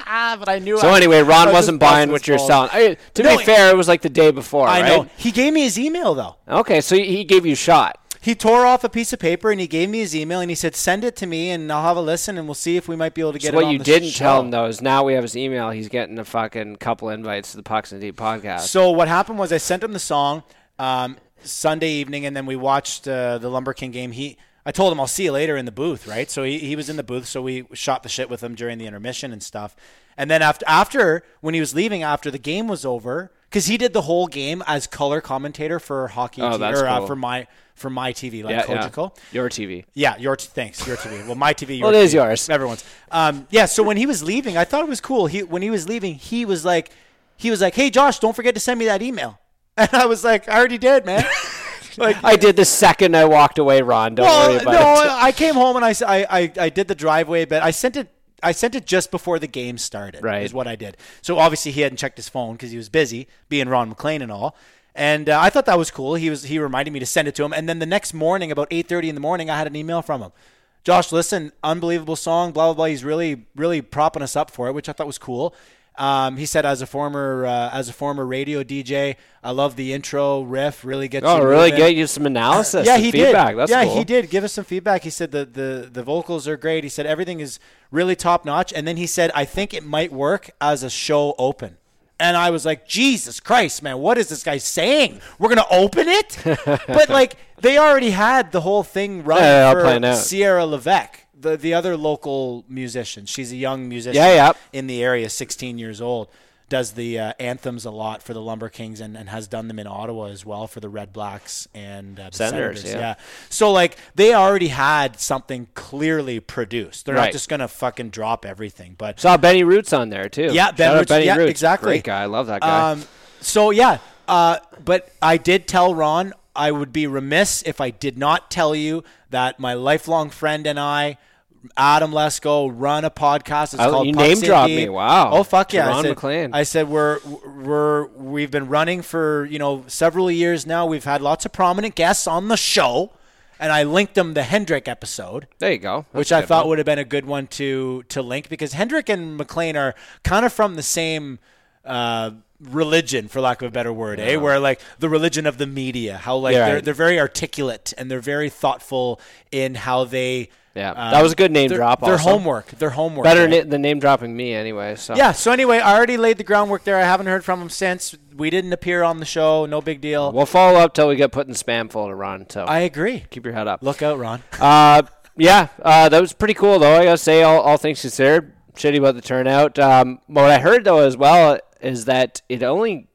But I knew. So I- anyway, I Ron was wasn't just buying busting what his you're balls. selling. I, to No, be it- fair, it was like the day before, I right? know. He gave me his email though. Okay, so he gave you a shot. He tore off a piece of paper and he gave me his email and he said, "Send it to me and I'll have a listen and we'll see if we might be able to get So it." what on you the didn't tell show." him though is now we have his email. He's getting a fucking couple invites to the Pucks and Deep podcast. So what happened was I sent him the song um, Sunday evening, and then we watched uh, the Lumber King game. He, I told him I'll see you later in the booth, right? So he, he was in the booth, so we shot the shit with him during the intermission and stuff. And then after after when he was leaving after the game was over, because he did the whole game as color commentator for hockey Oh, T- that's or uh, cool. for my for my TV like Yeah, yeah. Kojiko. Your TV. Yeah, your t- thanks, your TV. Well, my TV. Your Well, it is TV, yours. Everyone's. Um, yeah. So when he was leaving, I thought it was cool. He when he was leaving, he was like, he was like, "Hey, Josh, don't forget to send me that email." And I was like, "I already did, man." like, I did the second I walked away, Ron. Don't worry well, no, about it. I came home and I, s- I, I- I did the driveway, but I sent it. I sent it just before the game started. Right. is what I did. So obviously he hadn't checked his phone because he was busy being Ron McLean and all. And uh, I thought that was cool. He was he reminded me to send it to him. And then the next morning, about eight thirty in the morning, I had an email from him. Josh, listen, unbelievable song, blah blah blah. He's really really propping us up for it, which I thought was cool. Um, he said, as a former uh, as a former radio DJ, I love the intro riff. Really gets Oh, you really? moving." Get you some analysis. Yeah, and he feedback. did. That's yeah, cool. he did give us some feedback. He said the, the the vocals are great. He said everything is really top notch. And then he said, I think it might work as a show open. And I was like, Jesus Christ, man, what is this guy saying? We're gonna open it? but like, they already had the whole thing run Yeah, yeah, I'll plan for out. Sierra Levesque, the the other local musician. She's a young musician Yeah, yeah. in the area, 16 years old. Does the uh, anthems a lot for the Lumber Kings and, and has done them in Ottawa as well for the Red Blacks and uh, the Senators, Senators. yeah. So like they already had something clearly produced. They're Right. not just gonna fucking drop everything. But Saw Benny Roots on there too. yeah, Shout Ben out Rich- Benny yeah, Roots. exactly. Great guy. I love that guy. Um, so yeah, uh, but I did tell Ron I would be remiss if I did not tell you that my lifelong friend and I. Adam Lesko run a podcast. It's Oh, called you Pucks name in dropped Deep. me. Wow. Oh fuck yeah! To I Ron said, McLean. I said we're we're we've been running for you know several years now. We've had lots of prominent guests on the show, and I linked them the Hendrick episode there you go. That's which a I good thought one. would have been a good one to to link because Hendrick and McLean are kind of from the same uh, religion, for lack of a better word, eh? Where like the religion of the media, how like Yeah, they're right. they're very articulate and they're very thoughtful in how they. uh, Yeah, that was a good name their- drop Their also. homework, their homework. better right? na- than name dropping me anyway. So Yeah. So anyway, I already laid the groundwork there. I haven't heard from him since. We didn't appear on the show. No big deal. we'll follow up till we get put in spam folder, Ron. So I agree. keep your head up. Look out, Ron. Uh, yeah, uh, that was pretty cool though. I gotta say, all, all things considered, shitty about the turnout. Um, what I heard though as well is that it only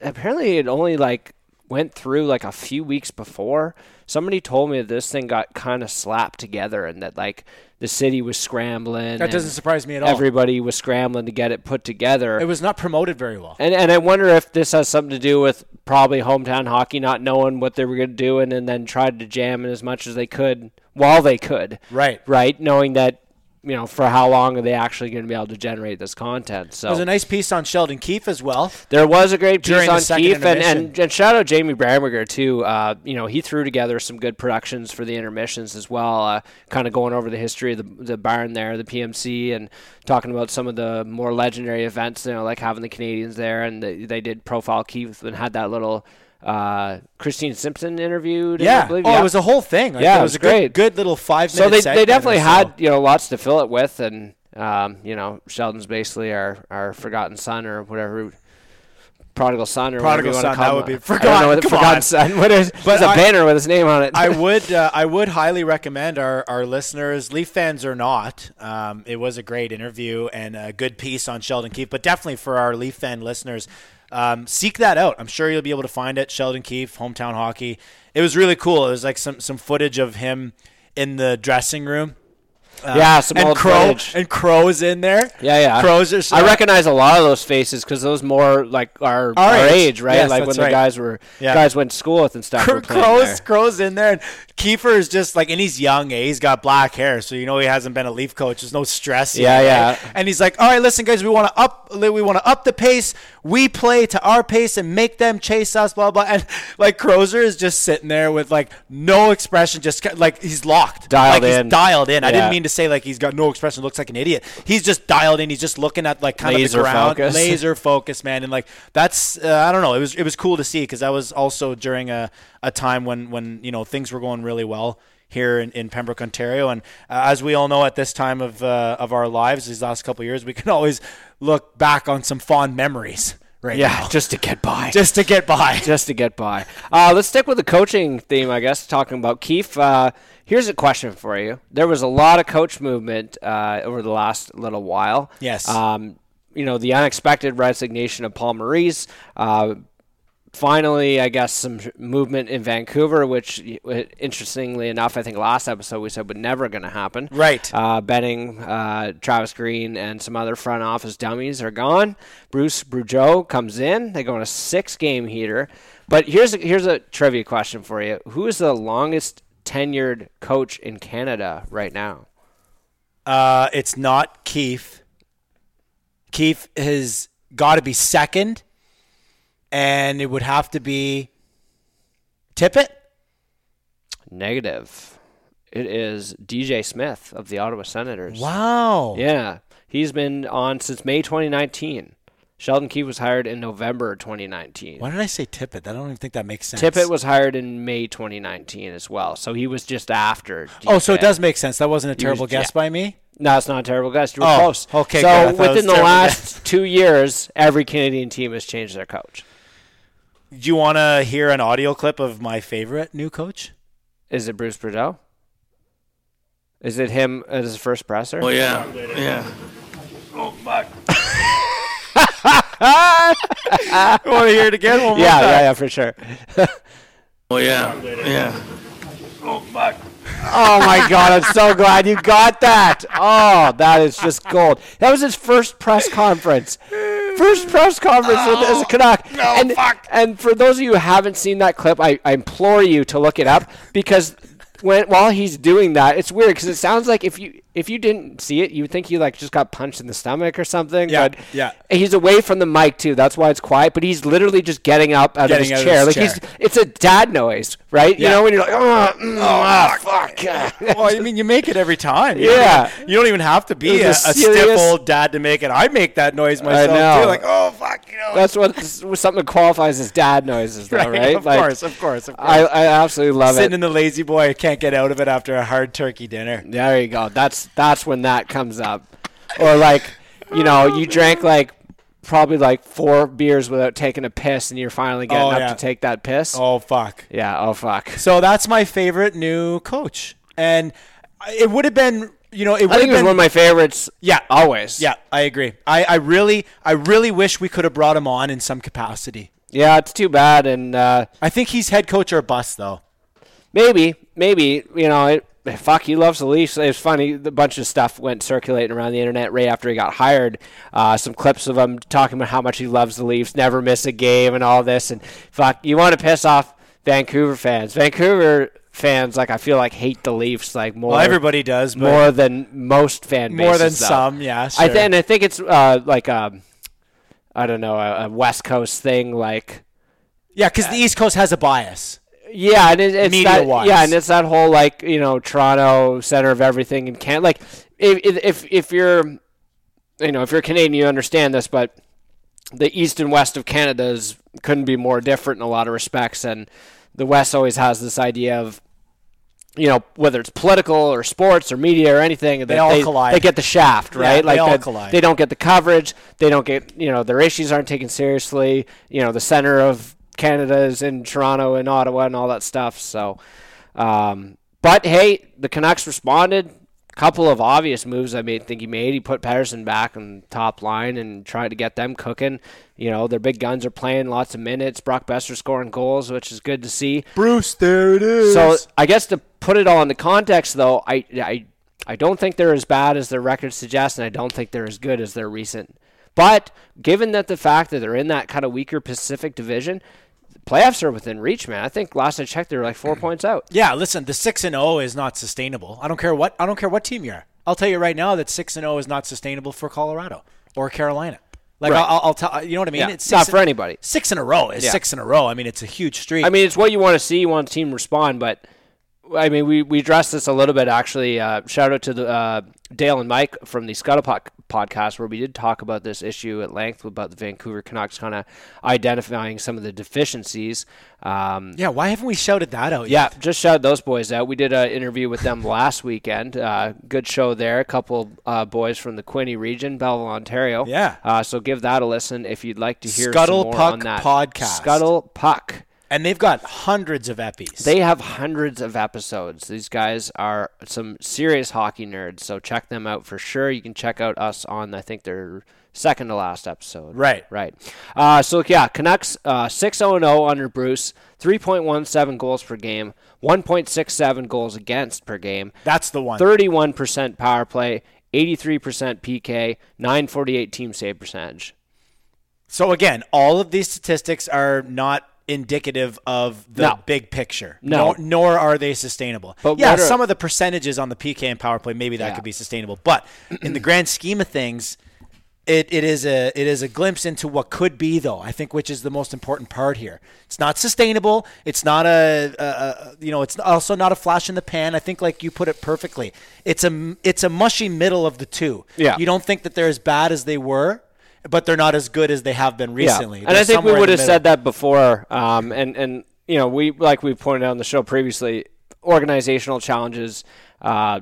apparently it only like went through like a few weeks before. Somebody told me that this thing got kind of slapped together and that like the city was scrambling. That doesn't surprise me at all. Everybody was scrambling to get it put together. It was not promoted very well. And and I wonder if this has something to do with probably hometown hockey not knowing what they were going to do and, and then tried to jam in as much as they could while they could. Right. Right, knowing that you know for how long are they actually going to be able to generate this content. So There was a nice piece on Sheldon Keefe as well. there was a great piece During the on second Keefe, and, and, intermission. and shout out Jamie Bramberger too. Uh, you know, he threw together some good productions for the intermissions as well. Uh, kind of going over the history of the, the barn there, the PMC, and talking about some of the more legendary events. You know, like having the Canadians there, and they they did profile Keefe and had that little uh, Christine Simpson interviewed. I Yeah. believe. Oh, it was a whole thing. Like, Yeah, it it was, was a good, great. good little five minute. so they, they segment definitely or so. had you know lots to fill it with, and um, you know Sheldon's basically our our forgotten son or whatever. Prodigal son or whatever Prodigal you want to son, call that him. would be- I don't forgotten, know what- come forgotten on. son. What is? But There's a I- banner with his name on it. I would uh, I would highly recommend our our listeners, Leaf fans or not. Um, it was a great interview and a good piece on Sheldon Keefe, but definitely for our Leaf fan listeners, um, seek that out. I'm sure you'll be able to find it. Sheldon Keefe, hometown hockey. It was really cool. It was like some some footage of him in the dressing room. yeah, some uh, and old Crow footage. and Crow's in there. yeah, yeah. Crows are. I recognize a lot of those faces because those more like our, Our our, age. age. right? Yes, like that's when the right. guys were Yeah. guys went to school with and stuff. Cr- were playing Crow's, there. Crow's in there, and Kiefer is just like, and he's young, eh? He's got black hair, so you know he hasn't been a Leaf coach. There's no stress. Yeah, yet, yeah. right? And he's like, all right, listen, guys, we want to up, we want to up the pace. We play to our pace and make them chase us, blah blah. And like Crozer is just sitting there with like no expression, just ca- like he's locked, Dialed like, he's in. dialed in. I Yeah. didn't mean to say like he's got no expression, looks like an idiot. He's just dialed in. He's just looking at like kind Laser of the ground, focus. laser laser focus, man, and like that's uh, I don't know. It was it was cool to see because that was also during a, a time when when you know things were going really well here in, in Pembroke, Ontario, and uh, as we all know at this time of uh, of our lives these last couple of years, we can always look back on some fond memories, right? Yeah, now, just to get by. just to get by. just to get by. Uh, let's stick with the coaching theme, I guess, talking about Keefe. Uh, here's a question for you. There was a lot of coach movement uh, over the last little while. Yes. Um, you know, the unexpected resignation of Paul Maurice. Uh, finally, I guess some movement in Vancouver, which interestingly enough, I think last episode we said would never going to happen. Right. Uh, betting uh, Travis Green and some other front office dummies are gone. Bruce Brugeau comes in. They go on a six game heater. But here's a, here's a trivia question for you: Who is the longest tenured coach in Canada right now? Uh, it's not Keith. Keith has got to be second, and it would have to be Tippett. Negative. It is DJ Smith of the Ottawa Senators. Wow. Yeah, he's been on since May 2019. Sheldon Key was hired in November 2019. Why did I say Tippett? I don't even think that makes sense. Tippett was hired in May 2019 as well, so he was just after. Oh, so it DK. does make sense. That wasn't a terrible was- yeah. guess by me. No, it's not a terrible guess. You were Oh, close. okay, good. I So thought it was within the terrible last two years, every Canadian team has changed their coach. Do you want to hear an audio clip of my favorite new coach? Is it Bruce Brudeau? Is it him at his first presser? Oh, yeah. Yeah. Oh, fuck. I want to hear it again. One yeah, yeah, yeah, for sure. Oh, yeah. Yeah. Oh, fuck. Oh my god, I'm so glad you got that. Oh, that is just gold. That was his first press conference. First press conference with, as a Canuck. and, and for those of you who haven't seen that clip, I, I implore you to look it up because when while he's doing that, it's weird because it sounds like if you if you didn't see it, you would think he like just got punched in the stomach or something. Yeah, but yeah. He's away from the mic too. That's why it's quiet. But he's literally just getting up out Getting of his out of chair. his like he's it's a dad noise, right? You Yeah. know when you're like, oh, mm, ah, fuck. Well, I mean, you make it every time. You Yeah. don't even- you don't even have to be It a, a was a stiff serious- old dad to make it. I make that noise myself know. too. Like, oh fuck, you know. That's what something that qualifies as dad noises, though, right? Of Like, course, of course, of course. I, I absolutely love Sitting it. in the lazy boy, I can't get out of it after a hard turkey dinner. there you go. That's that's when that comes up, or like, you know, Oh, you drank like probably like four beers without taking a piss, and you're finally getting Oh, up yeah. to take that piss. Oh fuck. Yeah. Oh fuck. So that's my favorite new coach, and it would have been, you know, it would I have think it was been one of my favorites. Yeah. Always. Yeah, I agree. I, I really, I really wish we could have brought him on in some capacity. Yeah. It's too bad, and uh, I think he's head coach or bust though. maybe, maybe you know, it, fuck, he loves the Leafs. It was funny. A bunch of stuff went circulating around the internet right after he got hired. Uh, some clips of him talking about how much he loves the Leafs, never miss a game, and all this. And fuck, you want to piss off Vancouver fans? Vancouver fans, like I feel like, hate the Leafs like more. Well, everybody does, but more than most fan bases. More than though. some, yeah, I sure. th- and I think it's uh, like um, I don't know a, a West Coast thing, like. yeah, because the East Coast has a bias. Yeah, and it, it's that, Media-wise. yeah, and it's that whole like you know Toronto center of everything and can't like if if if you're you know if you're Canadian you understand this, but the east and west of Canada is, couldn't be more different in a lot of respects, and the west always has this idea of you know whether it's political or sports or media or anything they all they, collide. they get the shaft right they all that- collide. they don't get the coverage they don't get you know their issues aren't taken seriously you know the center of canada is in toronto and ottawa and all that stuff so um, but hey the canucks responded couple of obvious moves i made, think he made he put patterson back on top line and tried to get them cooking you know their big guns are playing lots of minutes brock besser scoring goals which is good to see Bruce, there it is. so I guess to put it all into context, though, I, I I don't think they're as bad as their record suggests, and I don't think they're as good as their recent. But given that the fact that they're in that kind of weaker Pacific Division, playoffs are within reach, man. I think last I checked, they were like four points out. Yeah, listen, the six and zero is not sustainable. I don't care what I don't care what team you're. I'll tell you right now that six and zero is not sustainable for Colorado or Carolina. Like I'll, I'll, I'll tell you know what I mean. Yeah, six not for in- anybody. Six in a row is Yeah. six in a row. I mean, it's a huge streak. I mean, it's what you want to see. You want a team respond, but I mean, we, we addressed this a little bit actually. Uh, shout out to the uh, Dale and Mike from the Scuttlepuck podcast, where we did talk about this issue at length about the Vancouver Canucks kind of identifying some of the deficiencies. Um, yeah, why haven't we shouted that out? yeah, yet? just shout those boys out. We did an interview with them last weekend. Uh, good show there. A couple uh, boys from the Quinny region, Belleville, Ontario. Yeah. Uh, so give that a listen if you'd like to hear Scuttle some more Puck on that podcast. Scuttle Puck. and they've got hundreds of epis. They have hundreds of episodes. These guys are some serious hockey nerds, so check them out for sure. You can check out us on, I think, their second to last episode. Right. Right. Uh, so, yeah, Canucks uh, 6 0 0 under Bruce, 3.17 goals per game, 1.67 goals against per game, That's the one. 31% power play, 83% PK, 948 team save percentage. So again, all of these statistics are not indicative of the No. big picture. No. Nor, nor are they sustainable. But yeah, what are- some of the percentages on the PK and power play, maybe that Yeah. could be sustainable. But in the grand scheme of things, it, it is a it is a glimpse into what could be though. I think which is the most important part here. It's not sustainable. It's not a, a, a you know. It's also not a flash in the pan. I think like you put it perfectly. It's a it's a mushy middle of the two. Yeah. You don't think that they're as bad as they were, but they're not as good as they have been recently. Yeah. And They're I think we somewhere in would the have middle. said that before. Um, and, and, you know, we, like we pointed out on the show previously, organizational challenges, uh,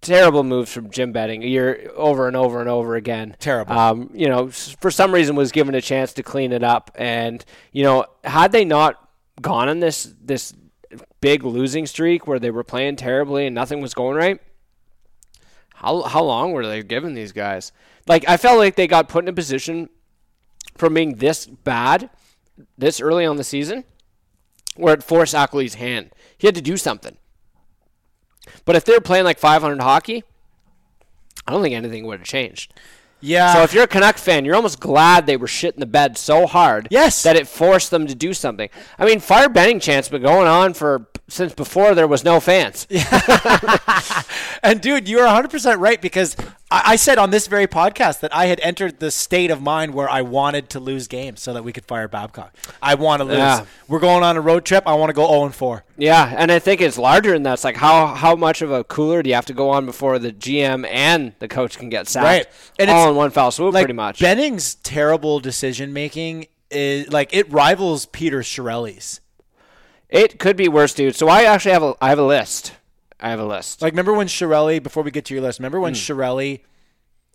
terrible moves from Jim Betting year over and over and over again. Terrible. Um, you know, s- for some reason was given a chance to clean it up. And, you know, had they not gone on this, this big losing streak where they were playing terribly and nothing was going right, how, how long were they giving these guys? Like, I felt like they got put in a position from being this bad this early on the season where it forced Ackley's hand. He had to do something. But if they were playing like 500 hockey, I don't think anything would have changed. Yeah. So if you're a Canuck fan, you're almost glad they were shit in the bed so hard Yes. that it forced them to do something. I mean, fire Benning chance been going on for since before there was no fans. and dude, you are 100% right because I, I said on this very podcast that I had entered the state of mind where I wanted to lose games so that we could fire Babcock. I want to lose. Yeah. We're going on a road trip. I want to go 0 and 4. Yeah, and I think it's larger than that. It's like how how much of a cooler do you have to go on before the GM and the coach can get sacked? Right. And all it's- in one foul swoop, Like pretty much. Benning's terrible decision making is like it rivals Peter Shirelli's. It could be worse, dude. So I actually have a I have a list. I have a list. Hmm. Like, remember when Shirelli? Before we get to your list, remember when Shirelli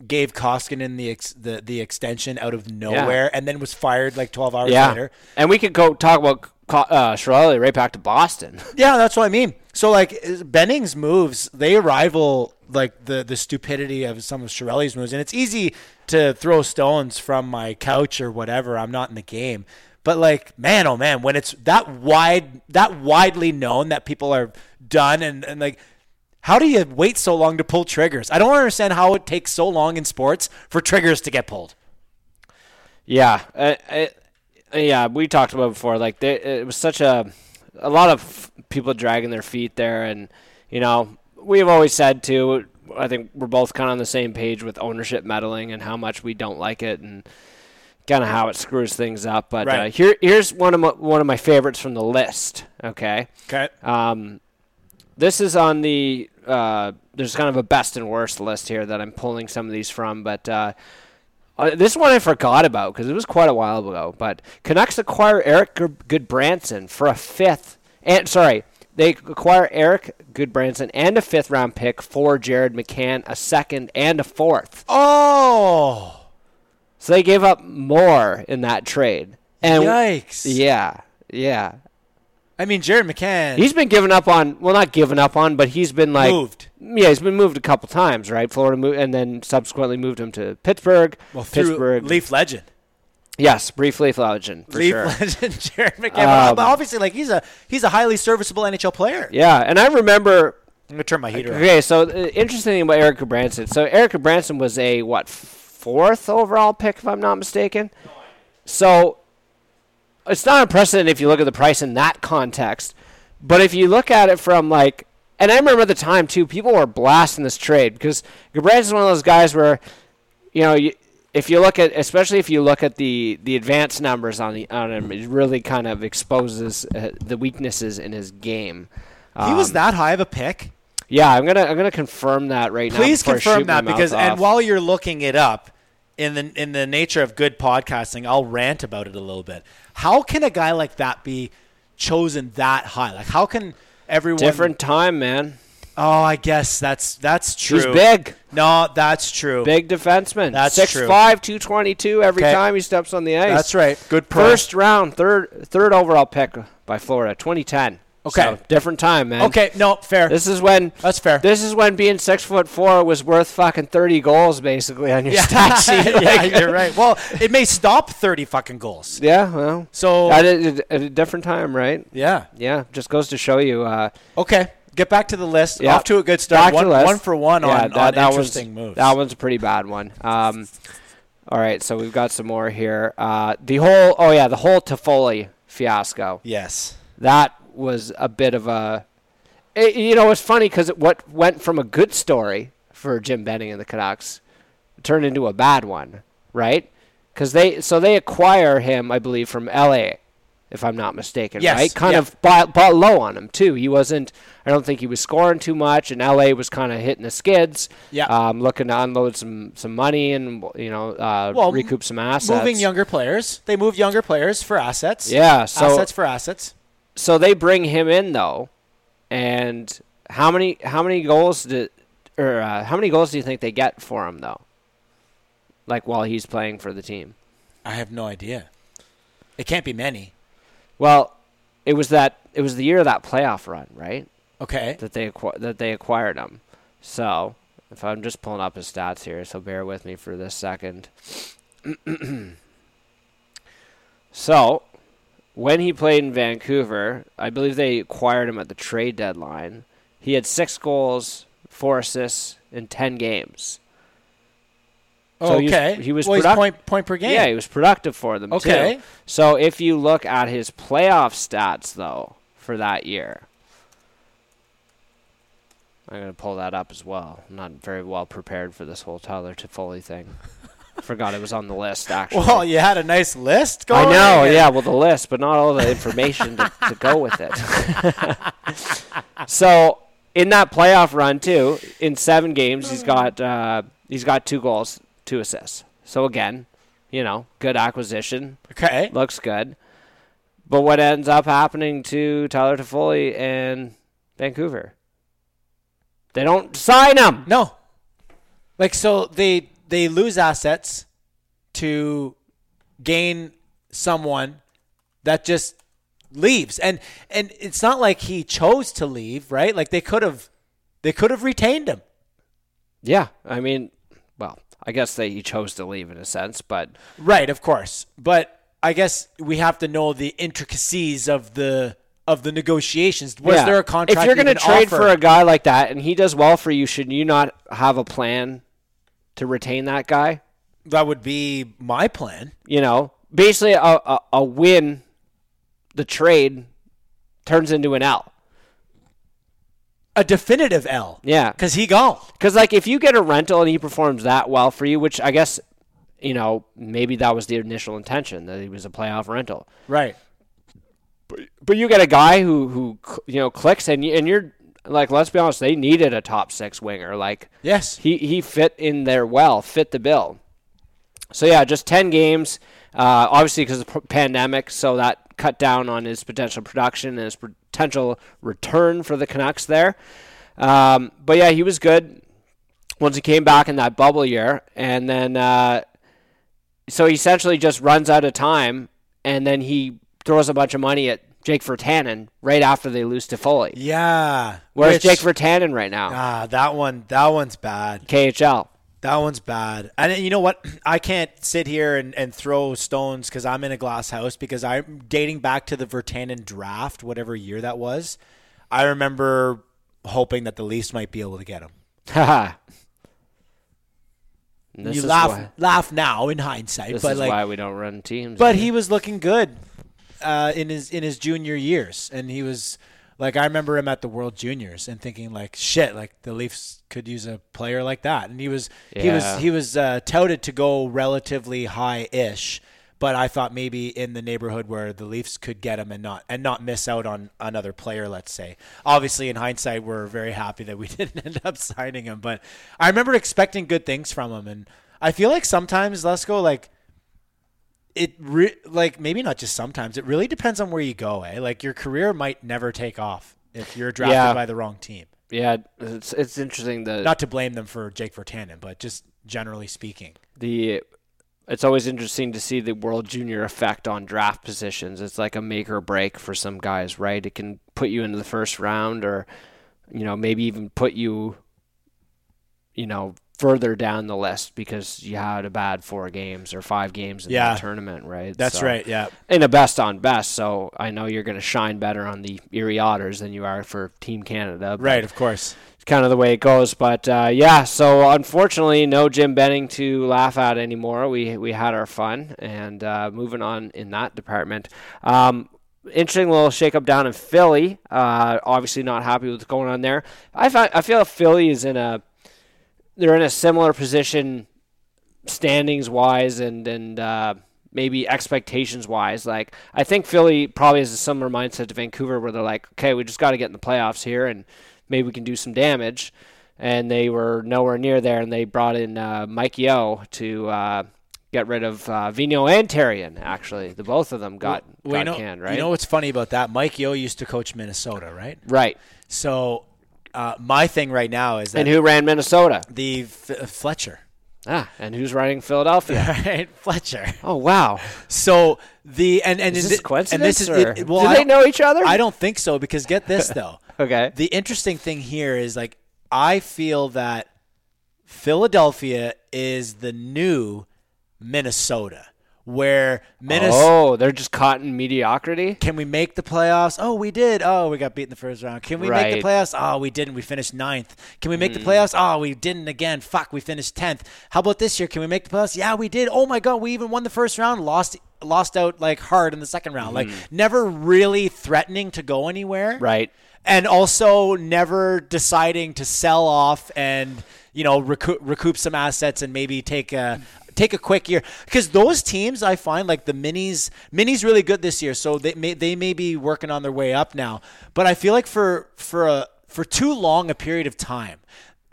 gave Koskinen the ex, the the extension out of nowhere, and then was fired like twelve hours yeah, later? and we could go talk about Co- uh, Shirelli right back to Boston. Yeah, that's what I mean. So like Benning's moves, they rival like the the stupidity of some of Shirelli's moves, and it's easy to throw stones from my couch or whatever. I'm not in the game, but like man, oh man, when it's that wide, that widely known that people are done, and and like. How do you wait so long to pull triggers? I don't understand how it takes so long in sports for triggers to get pulled. Yeah, uh, I, yeah, we talked about it before. Like they, it was such a a lot of people dragging their feet there, and you know we've always said too. I think we're both kind of on the same page with ownership meddling and how much we don't like it, and kind of how it screws things up. But uh, Right. here here's one of my, one of my favorites from the list. Okay. Okay. Um, this is on the uh, there's kind of a best and worst list here that I'm pulling some of these from, but uh, uh, this one I forgot about because it was quite a while ago. But Canucks acquire Eric Gu- Goodbranson for a fifth, and sorry, they acquire Eric Goodbranson and a fifth round pick for Jared McCann, a second and a fourth. Oh, So they gave up more in that trade. And yikes! yeah, yeah. I mean, Jared McCann. He's been given up on. Well, not given up on, but he's been like Moved. Yeah, he's been moved a couple times, right? Florida moved, and then subsequently moved him to Pittsburgh. well, through Pittsburgh. Leaf legend. yes, briefly Legend for Leaf sure. Um, legend Jared McCann. but obviously, like he's a he's a highly serviceable NHL player. Yeah, and I remember. I'm gonna turn my heater on. Okay, so uh, interesting thing about Erica Branson. So Erica Branson was a what fourth overall pick, if I'm not mistaken. So it's not unprecedented if you look at the price in that context. But if you look at it from like, and I remember at the time too, people were blasting this trade because Gabrans is one of those guys where, you know, you, if you look at, especially if you look at the the advanced numbers on the on him, it really kind of exposes uh, the weaknesses in his game. He was Um, that high of a pick. Yeah, I'm gonna I'm gonna confirm that right now. Please before I shoot confirm my that mouth because off. and while you're looking it up, in the in the nature of good podcasting, I'll rant about it a little bit. How can a guy like that be chosen that high? Like how can everyone different time, man. Oh, I guess that's that's true. He's big, No, that's true. big defenseman. That's six true. five, two twenty two every Okay. time he steps on the ice. That's right. Good pro. First round, third third overall pick by Florida, 2010. Okay. So, different time, man. Okay, no, fair. This is when That's fair. This is when being six foot four was worth fucking thirty goals basically on your stat sheet. yeah, Like- you're right. Well, it may stop 30 fucking goals. Yeah, well, So- at a, at a different time, right? Yeah. Yeah, just goes to show you. Uh, Okay. Get back to the list. yeah, Off to a good start. back to One, Les. one for one Yeah, on, on one's- interesting moves. That one's a pretty bad one. Um, all right, so we've got some more here. Uh, the whole, oh yeah, the whole Toffoli fiasco. Yes. That was a bit of a. it- you know, it's funny because what went from a good story for Jim Benning and the Canucks turned into a bad one, right? Because they so they acquire him, I believe, from L.A. If I'm not mistaken, Yes, right? Kind yeah. of bought, bought low on him too. He wasn't. I don't think he was scoring too much, and L.A. was kind of hitting the skids. Yeah. um, looking to unload some some money and you know uh, Well, recoup some assets. Moving younger players. They move younger players for assets. Yeah, so- assets for assets. so they bring him in though, and how many how many goals did or uh, how many goals do you think they get for him though? Like while he's playing for the team. I have no idea. It can't be many. Well, it was that it was the year of that playoff run, right? Okay. That they acqu- that they acquired him. So if I'm just pulling up his stats here, so bear with me for this second. so when he played in Vancouver, I believe they acquired him at the trade deadline. He had six goals, four assists in ten games. so he was- okay. he was well, he's product- point point per game. Yeah, he was productive for them Okay. too. So if you look at his playoff stats though for that year, I'm gonna pull that up as well. I'm not very well prepared for this whole Tyler Toffoli thing. Forgot it was on the list actually. Well, you had a nice list I going. know, and- yeah. Well, the list, but not all the information to, to go with it. so in that playoff run too, in seven games, he's got uh, he's got two goals, two assists. So again, you know, good acquisition, Okay. looks good. But what ends up happening to Tyler Toffoli and Vancouver? They don't sign him. No. Like so they they lose assets to gain someone that just leaves. And and it's not like he chose to leave, right? Like they could have they could have retained him. Yeah, I mean, well, I guess they he chose to leave in a sense, but Right, of course. But I guess we have to know the intricacies of the of the negotiations. Was Yeah. there a contract? If you're gonna even trade for a offered? guy like that and he does well for you, should you not have a plan to retain that guy? that would be my plan. You know, basically a, a, a win, the trade turns into an L. A definitive L. Yeah. because he gone. Because like if you get a rental and he performs that well for you, which I guess, you know, maybe that was the initial intention that he was a playoff rental. Right. But you get a guy who who cl- you know clicks and you, and you're like let's be honest, they needed a top six winger like. Yes. He he fit in there well, fit the bill. So yeah, just ten games. Uh, obviously, because of the p- pandemic, so that cut down on his potential production and his potential return for the Canucks there. Um, but yeah, he was good once he came back in that bubble year, and then uh, so he essentially just runs out of time, and then he throws a bunch of money at Jake Vertanen right after they lose to Foley. Yeah. Where's which- Jake Vertanen right now? Ah, that one. That one's bad. KHL. That one's bad. And you know what? I can't sit here and, and throw stones because I'm in a glass house because I'm dating back to the Vertanen draft, whatever year that was. I remember hoping that the Leafs might be able to get him. Haha. And this you is laugh why- laugh now in hindsight, this but is like, why we don't run teams. but he was looking good uh, in his in his junior years, and he was like I remember him at the World Juniors and thinking like shit, like the Leafs could use a player like that, and he was he was Yeah. he was uh, touted to go relatively high ish. But I thought maybe in the neighborhood where the Leafs could get him and not and not miss out on another player, let's say. Obviously, in hindsight, we're very happy that we didn't end up signing him. But I remember expecting good things from him, and I feel like sometimes Lesko like it re- like maybe not just sometimes. It really depends on where you go. Eh, like your career might never take off if you're drafted Yeah. by the wrong team. Yeah, it's it's interesting that Not to blame them for Jake Vertanen, but just generally speaking. the it's always interesting to see the world junior effect on draft positions. It's like a make or break for some guys, right? It can put you into the first round or you know, maybe even put you you know, further down the list because you had a bad four games or five games in Yeah. the tournament, right? That's So- right. Yeah. in a best on best, so I know you're going to shine better on the Erie Otters than you are for Team Canada. but Right. Of course. It's kind of the way it goes, but uh, yeah. So unfortunately, no Jim Benning to laugh at anymore. We we had our fun, and uh, moving on in that department. Um, interesting little shakeup down in Philly. Uh, obviously, not happy with what's going on there. I fi- I feel Philly is in a they're in a similar position standings wise and and uh, maybe expectations wise. Like I think Philly probably has a similar mindset to Vancouver, where they're like, okay, we just got to get in the playoffs here, and maybe we can do some damage. And they were nowhere near there, and they brought in uh, Mike Yo to uh, get rid of uh, Vino and Tarian. Actually, the both of them got Well, you got know, canned, right? You know what's funny about that? Mike Yo used to coach Minnesota, right? right. So uh, my thing right now is that And who ran Minnesota? the F- uh, Fletcher, Ah, and who's running Philadelphia? right? Fletcher. Oh wow, So the and and is and this thi- coincidence? And this is or- it- well, do I they don't- know each other? I don't think so because get this though. Okay. The interesting thing here is like I feel that Philadelphia is the new Minnesota, where Minnesota. Oh, they're just caught in mediocrity. Can we make the playoffs? Oh, we did. Oh, we got beat in the first round. Can we make Right. Hmm. the playoffs? Oh, we didn't. We finished ninth. Can we make the playoffs? Oh, we didn't again. Fuck, we finished tenth. How about this year? Can we make the playoffs? Yeah, we did. Oh my god, we even won the first round. Lost, lost out like hard in the second round. Hmm. Like never really threatening to go anywhere. Right. And also never deciding to sell off and you know recoup, recoup some assets and maybe take a take a quick year because those teams I find like the minis minis really good this year so they may they may be working on their way up now but I feel like for for a for too long a period of time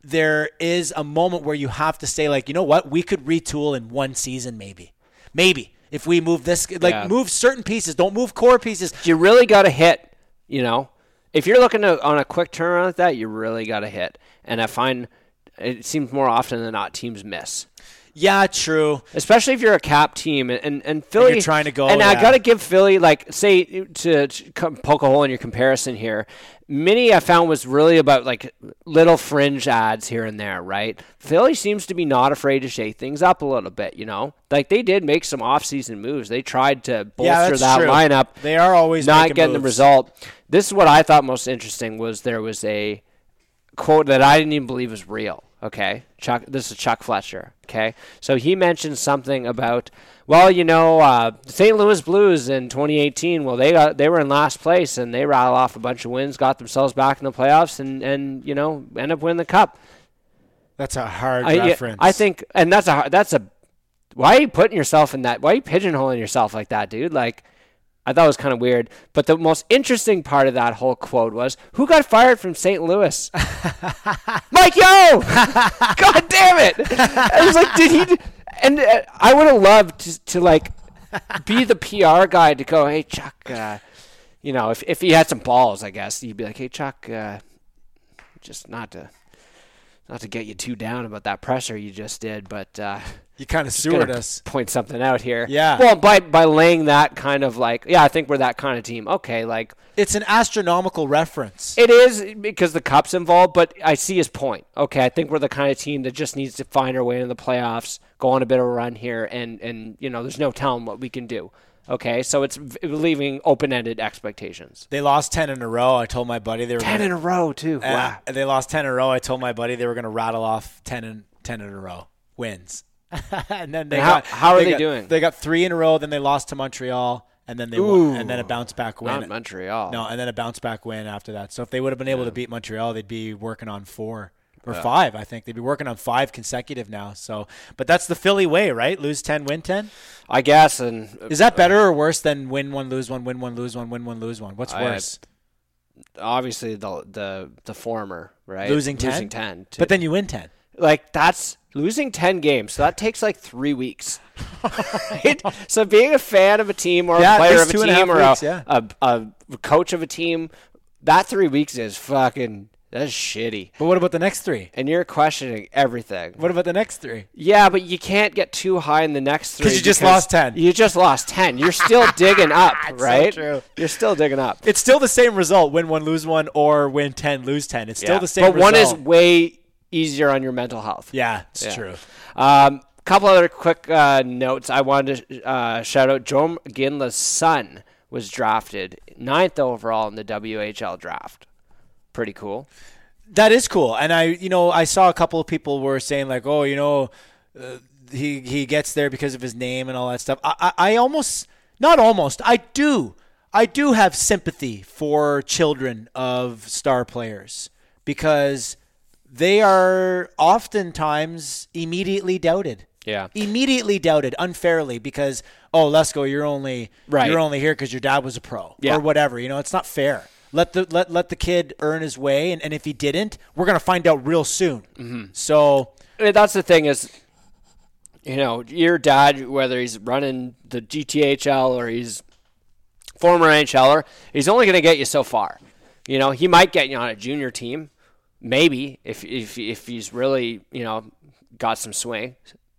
there is a moment where you have to say like you know what we could retool in one season maybe maybe if we move this like Yeah. move certain pieces don't move core pieces You really got to hit, you know. If you're looking to, on a quick turnaround like that, you really got to hit. And I find it seems more often than not teams miss, yeah true especially if you're a cap team and and, and Philly. you're trying to go, And yeah. I got to give Philly, like, say to, to come poke a hole in your comparison here. Mini I found was really about like little fringe ads here and there, right? Philly seems to be not afraid to shake things up a little bit, you know. Like they did make some off-season moves. They tried to bolster that's that true. lineup. They are always not making getting the moves. result. This is what I thought most interesting was there was a quote that I didn't even believe was real. Okay, Chuck. This is Chuck Fletcher. Okay, so he mentioned something about well, you know, uh, the St. Louis Blues in 2018. Well, they got they were in last place and they rattle off a bunch of wins, got themselves back in the playoffs, and and you know end up winning the cup. That's a hard I, reference. I think, and that's a that's a why are you putting yourself in that? Why are you pigeonholing yourself like that, dude? Like, I thought it was kind of weird. But the most interesting part of that whole quote was who got fired from St. Louis? Mike Yo! God damn it! I was like, did he? And uh, I would have loved to, to like be the PR guy to go, hey Chuck, uh, you know, if if he had some balls, I guess he'd be like, hey Chuck, uh, just not to. Not to get you too down about that pressure you just did, but uh, you kind of gonna sewered us. p- point something out here. Yeah. Well, by by laying that kind of like, yeah, I think we're that kind of team. Okay, like It's an astronomical reference. it is because the cup's involved, but I see his point. Okay, I think we're the kind of team that just needs to find our way into the playoffs, go on a bit of a run here, and and you know, there's no telling what we can do. Okay, so it's v- leaving open-ended expectations. they lost ten in a row. I told my buddy they were Ten in a row, too. gonna, Wow. Uh, they lost ten in a row. I told my buddy they were going to rattle off ten in ten in a row wins. and then they And how- got, how are they got- doing? They got three in a row. Then they lost to Montreal, and then they won, and then a bounce back win. Not Montreal. No, and then a bounce back win after that. So if they would have been able to beat Montreal, they'd be working on four or five. I think they'd be working on five consecutive now. So, but that's the Philly way, right? Lose ten, win ten. I guess, and Is that better or worse than win one, lose one, win one, lose one, win one, lose one? What's I- worse? obviously the the the former, right? losing 10? losing ten. But then you win 10. like that's losing 10 games so that takes like three weeks right? so being a fan of a team or Yeah, a at player least of a two team and a half or a, weeks, yeah. a, a coach of a team that three weeks is fucking That's shitty. But what about the next three? And you're questioning everything. What about the next three? Yeah, but you can't get too high in the next three. 'Cause you just lost 10. You just lost 10. You're still digging up, right? true. You're still digging up. It's still the same result: win one, lose one, or win ten, lose ten. It's still Yeah. the same. But one is result. way easier on your mental health. yeah, it's true. Um, couple other quick uh, notes. I wanted to uh, shout out Joe Ginla's son was drafted ninth overall in the WHL draft. Pretty cool. That is cool. And I, you know, I saw a couple of people were saying like, oh, you know, uh, he he gets there because of his name and all that stuff. I, I, I almost, not almost, I do, I do have sympathy for children of star players because they are oftentimes immediately doubted. Yeah. immediately doubted unfairly because oh, Lesko, you're only Right. you're only here because your dad was a pro Yeah. or whatever. You know, it's not fair. Let the let, let the kid earn his way, and, and if he didn't, we're gonna find out real soon. Mm-hmm. So I mean, that's the thing is, you know, your dad, whether he's running the GTHL or he's former NHLer, he's only going to get you so far. You know, he might get you on a junior team, maybe if if if he's really you know got some swing,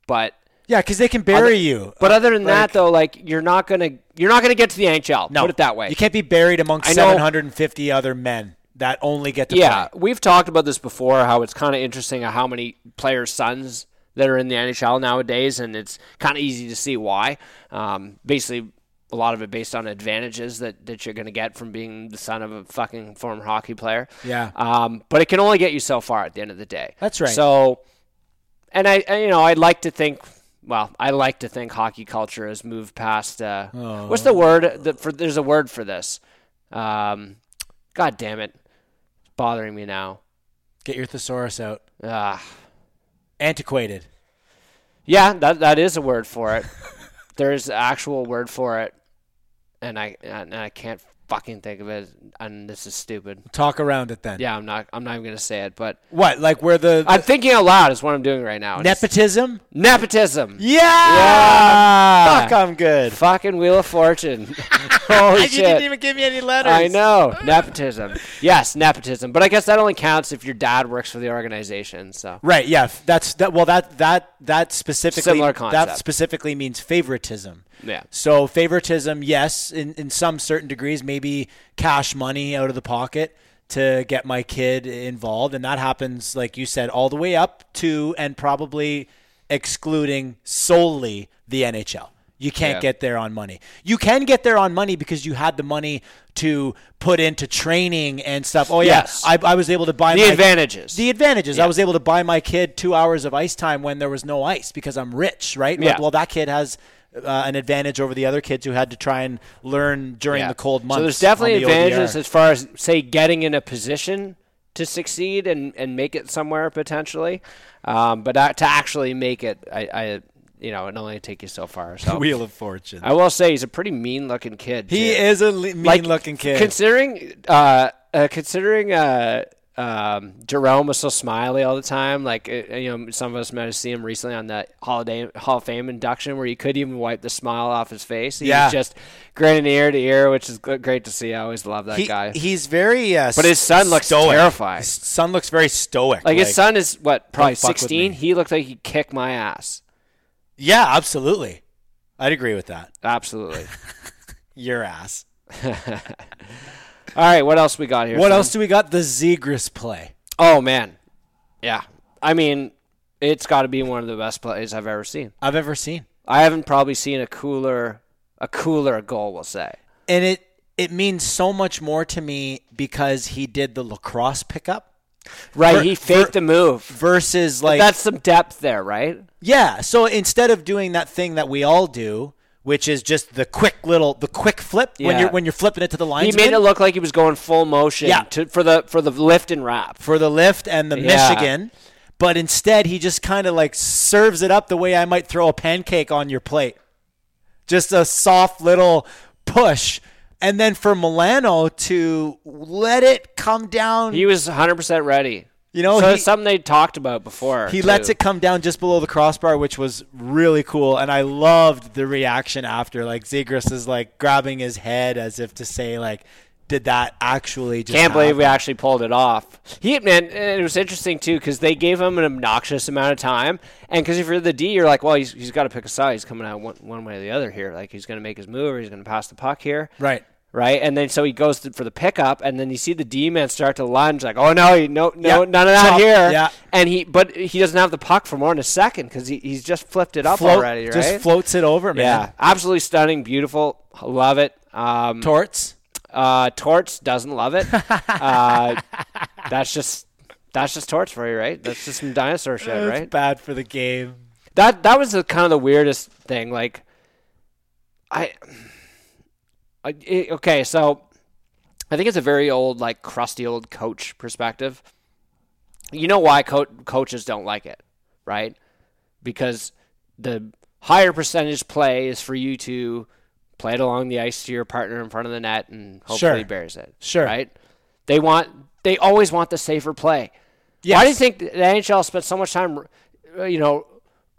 but. yeah, because they can bury you. But other than that, though, like you're not gonna you're not gonna get to the NHL. no, Put it that way. You can't be buried amongst I know- 750 other men that only get to Yeah, play. we've talked about this before. How it's kind of interesting how many players' sons that are in the NHL nowadays, and it's kind of easy to see why. Um, basically, a lot of it based on advantages that that you're going to get from being the son of a fucking former hockey player. Yeah. Um, but it can only get you so far at the end of the day. That's right. So, and I, and, you know, I'd like to think. Well, I like to think hockey culture has moved past. Uh, What's Oh. the word that for? There's a word for this. Um, God damn it, bothering me now. Get your thesaurus out. Ah, Antiquated. yeah, that that is a word for it. there's an actual word for it, and I and I can't fucking think of it. And this is stupid. Talk around it then. Yeah, I'm not. I'm not even gonna say it. But What? Like where the, I'm thinking out loud is what I'm doing right now. It's nepotism? nepotism. Yeah! Fuck, I'm good. Fucking Wheel of Fortune. Holy You shit. didn't even give me any letters. I know. Nepotism. Yes, nepotism. But I guess that only counts if your dad works for the organization. So Right. Yeah. f- That's that. Well, that that that specifically Similar that concept. specifically means favoritism. Yeah. So favoritism, yes, in in some certain degrees, maybe cash money out of the pocket to get my kid involved, and that happens, like you said, all the way up to and probably excluding solely the NHL. You can't Yeah. get there on money. You can get there on money because you had the money to put into training and stuff. Oh yeah, Yes. I, I was able to buy The my- advantages. The advantages. I was able to buy my kid two hours of ice time when there was no ice because I'm rich, right? Well- Yeah. Well, that kid has uh, an advantage over the other kids who had to try and learn during Yeah. the cold months. So there's on definitely the ODR. advantages as far as say getting in a position to succeed and, and make it somewhere potentially, um, but that, to actually make it, I, I you know, it only take you so far. So Wheel of Fortune. I will say he's a pretty mean looking kid. he too. is a le- mean-looking kid. Considering, uh, uh, considering uh, um, Jerome was so smiley all the time, like uh, you know, some of us might have seen him recently on the holiday Hall of Fame induction, where you could even wipe the smile off his face. He Yeah. was just grinning ear to ear, which is g- great to see. I always love that He- guy. He's very. Uh, But his son looks stoic. terrified. His son looks very stoic. like his son is what, probably fuck with sixteen. me. He looked like he'd kick my ass. Yeah, absolutely. I'd agree with that. Absolutely. Your ass. All right, what else we got here? What son? else do we got? The Zegris play. Oh man, yeah. I mean, it's got to be one of the best plays I've ever seen. I've ever seen. I haven't probably seen a cooler a cooler goal, we'll say. and it it means so much more to me because he did the lacrosse pickup Right, Ver- he faked ver- the move. versus like That's some depth there, right? yeah so instead of doing that thing that we all do which is just the quick little the quick flip when Yeah. you're when you're flipping it to the He line made it look like he was going full motion Yeah. to, for the for the lift and wrap. for the lift and the Yeah. Michigan but instead he just kind of like serves it up the way I might throw a pancake on your plate just a soft little push and then for Milano to let it come down He was 100% ready. You know, so he- it's something they talked about before. He too. lets it come down just below the crossbar, which was really cool, and I loved the reaction after. Like Zegras is like grabbing his head as if to say, like, did that actually just Can't believe we happen? actually pulled it off. He man, and it was interesting too because they gave him an obnoxious amount of time, and because if you're the D, you're like, well, he's, he's got to pick a side. He's coming out one, one way or the other here. Like he's going to make his move, or he's going to pass the puck here, Right. right? And then so he goes to, for the pickup, and then you see the D man start to lunge, like, oh no, you- no, Yeah, no, none of that chop, here. yeah. And he, but he doesn't have the puck for more than a second because he, he's just flipped it up Float- already, right? Just floats it over, man. yeah, absolutely stunning, beautiful, love it. Um, Torts. uh, Torts doesn't love it. uh, that's just that's just Torts for you, right? That's just some dinosaur shit, That's right? bad for the game. That that was the kind of the weirdest thing. Like, I, I it- okay, so I think it's a very old, like crusty old coach perspective. You know why co- coaches don't like it, right? Because the higher percentage play is for you to play it along the ice to your partner in front of the net and hopefully Sure. he buries it. Sure. Right? They want they always want the safer play. Yes. Why do you think the NHL spent so much time, uh, you know,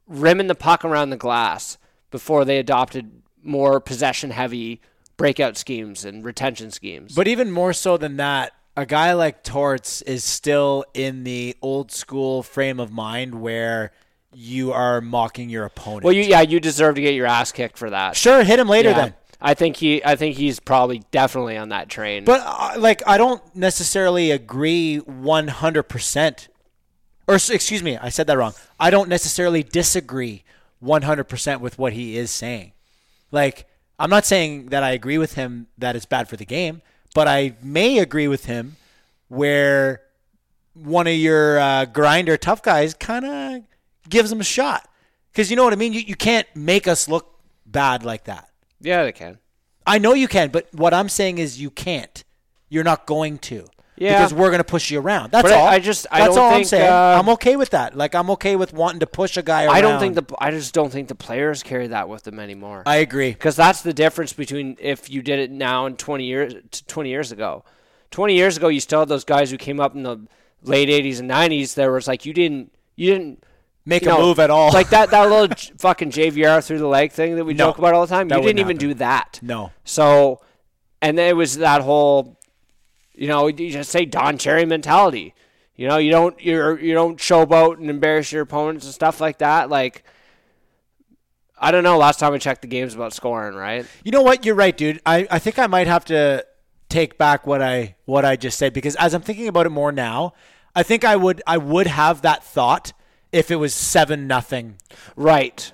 rimming the puck around the glass before they adopted more possession heavy breakout schemes and retention schemes? But even more so than that, a guy like Torts is still in the old school frame of mind where you are mocking your opponent. well, you, yeah, you deserve to get your ass kicked for that. sure hit him later Yeah. then. I think he, I think he's probably definitely on that train. But uh, like, I don't necessarily agree one hundred percent. Or s- excuse me, I said that wrong. I don't necessarily disagree one hundred percent with what he is saying. Like, I'm not saying that I agree with him that it's bad for the game, but I may agree with him where one of your uh, grinder tough guys kind of gives him a shot. Because you know what I mean. You you can't make us look bad like that. yeah, they can. I know you can, but what I'm saying is you can't. You're not going to. Yeah. Because we're going to push you around. That's But I- all. I just- I That's don't all I'm think, saying. uh, I'm okay with that. Like I'm okay with wanting to push a guy around. I don't think the, I just don't think the players carry that with them anymore. I agree. because that's the difference between if you did it now and 20 years t- 20 years ago 20 years ago you still had those guys who came up in the late 80s and 90s there was like you didn't you didn't Make you a know, move at all. like that that little j- fucking JVR through the leg thing that we No, joke about all the time that you didn't even wouldn't do that No. so and then it was that whole you know you just say Don Cherry mentality you know you don't you're you don't showboat and embarrass your opponents and stuff like that like I don't know. Last time I checked the games about scoring, right? You know what? You're right, dude. I, I think I might have to take back what I what I just said because as I'm thinking about it more now, I think I would I would have that thought if it was seven nothing Right.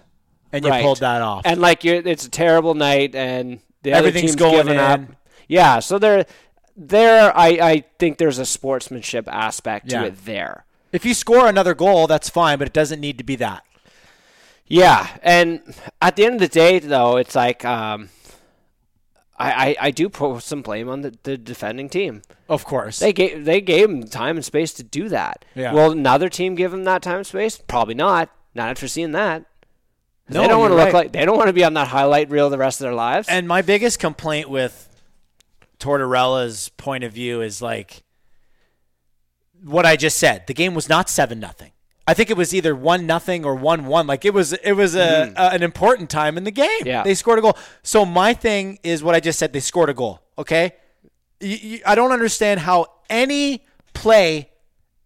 and you right. pulled that off. And like you're, it's a terrible night, and the Everything's other team's going giving up. in. Yeah, so there, there, I, I think there's a sportsmanship aspect Yeah. to it there. if you score another goal, that's fine, but it doesn't need to be that. Yeah, and at the end of the day, though, it's like um, I, I, I do put some blame on the, the defending team. Of course. They gave they gave him time and space to do that. Yeah. Will another team give him that time and space? Probably not. Not after seeing that. they don't want to you're look right. like they don't want to be on that highlight reel the rest of their lives. And my biggest complaint with Tortorella's point of view is like what I just said. The game was not seven nothing. I think it was either one nothing or one one. Like it was, it was a, a- an important time in the game. Mm-hmm. Yeah. they scored a goal. So my thing is what I just said. They scored a goal. Okay, Y- y- I don't understand how any play,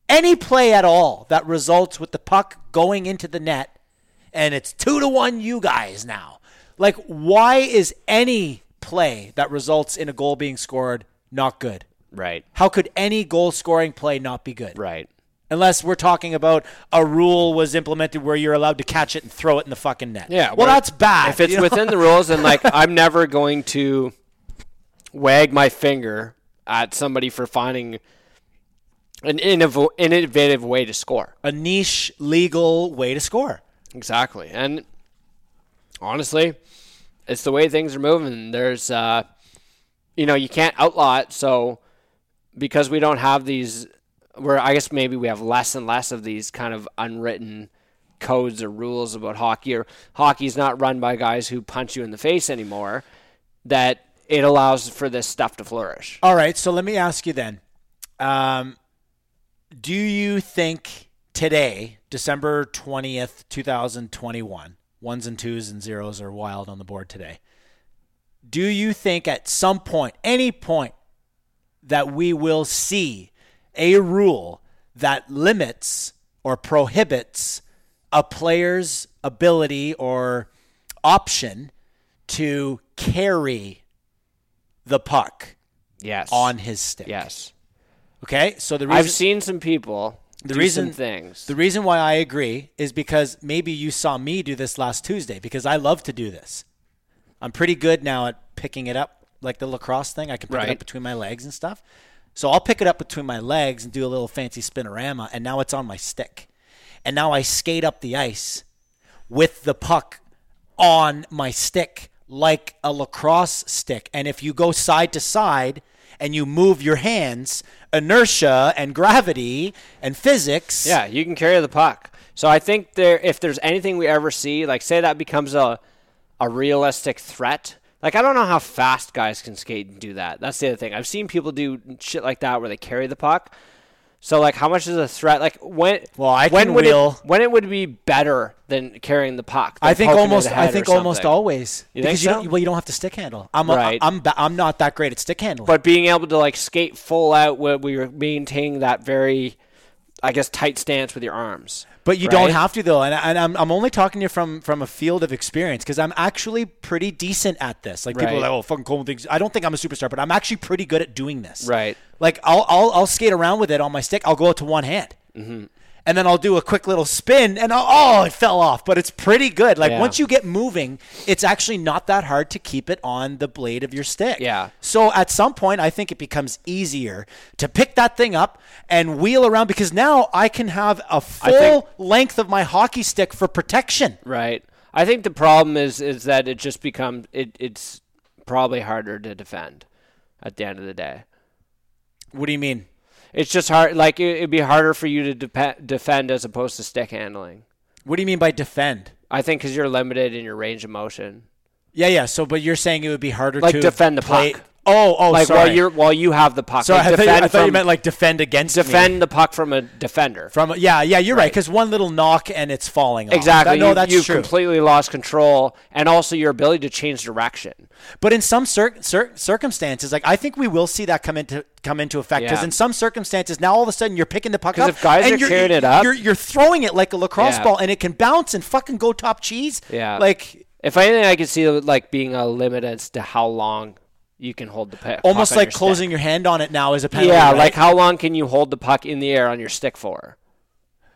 any play at all that results with the puck going into the net and it's two to one you guys now. Like, why is any play that results in a goal being scored not good? right. How could any goal scoring play not be good? Right. Unless we're talking about a rule was implemented where you're allowed to catch it and throw it in the fucking net. Yeah, Well, where- that's bad. If it's you know? within the rules, and like I'm never going to wag my finger at somebody for finding an innov- innovative way to score. a niche legal way to score. Exactly, and honestly, it's the way things are moving. There's, uh, you know, you can't outlaw it. So because we don't have these, where I guess maybe we have less and less of these kind of unwritten codes or rules about hockey. Or hockey's not run by guys who punch you in the face anymore. That it allows for this stuff to flourish. All right, so let me ask you then. Um, do you think today, December 20th, 2021, ones and twos and zeros are wild on the board today? Do you think at some point, any point, that we will see a rule that limits or prohibits a player's ability or option to carry the puck Yes. on his stick. Yes. Okay. So the reason I've seen some people The do reason- some things. The reason why I agree is because maybe you saw me do this last Tuesday because I love to do this. I'm pretty good now at picking it up, like the lacrosse thing. I can pick it Right. up between my legs and stuff. So I'll pick it up between my legs and do a little fancy spinorama, and now it's on my stick. And now I skate up the ice with the puck on my stick like a lacrosse stick. And if you go side to side and you move your hands, inertia and gravity and physics. Yeah, you can carry the puck. So I think there, if there's anything we ever see, like say that becomes a a realistic threat. Like I don't know how fast guys can skate and do that. That's the other thing. I've seen people do shit like that where they carry the puck. So like, how much is a threat? Like when? Well, I when can would wheel- it, when it would be better than carrying the puck. than I think poking it in almost. the I head or think almost something? always You think because you so? don't. Well, you don't have to stick handle. I'm. Right. A, I'm. ba- I'm not that great at stick handling. But being able to like skate full out where we were maintaining that very, I guess, tight stance with your arms. But you don't right? have to though, and, and I'm, I'm only talking to you from from a field of experience because I'm actually pretty decent at this. Like people are Right. like, oh, fucking cool things. I don't think I'm a superstar, but I'm actually pretty good at doing this. Right. Like I'll I'll, I'll skate around with it on my stick. I'll go out to one hand, Mm-hmm. and then I'll do a quick little spin, and I'll, oh, it fell off. But it's pretty good. Like Yeah. once you get moving, it's actually not that hard to keep it on the blade of your stick. Yeah. So at some point, I think it becomes easier to pick that thing up and wheel around because now I can have a full think- length of my hockey stick for protection. Right. I think the problem is is that it just becomes it, it's probably harder to defend at the end of the day. What do you mean? It's just hard like it, it'd be harder for you to depe defend as opposed to stick handling. What do you mean by defend? I think cuz you're limited in your range of motion. Yeah, yeah. So, but you're saying it would be harder Like to defend the play- puck. Oh, oh, like sorry. while you're while you have the puck, sorry, like I thought, you, I defend thought you from- meant like defend against me. defend the puck from a defender. from. Yeah, yeah. You're right. Because one little knock and it's falling. off. Exactly. That- no, you, that's you've true. completely lost control, and also your ability to change direction. But in some cir- cir- circumstances, like I think we will see that come into come into effect because Yeah. in some circumstances now all of a sudden you're picking the puck 'Cause up if guys and are you're, carrying it up- you're, you're throwing it like a lacrosse Yeah. ball and it can bounce and fucking go top cheese. Yeah. like If anything, I could see like being a limit as to how long you can hold the pi- puck. almost on like your stick. closing your hand on it now is a penalty. yeah, right? like how long can you hold the puck in the air on your stick for?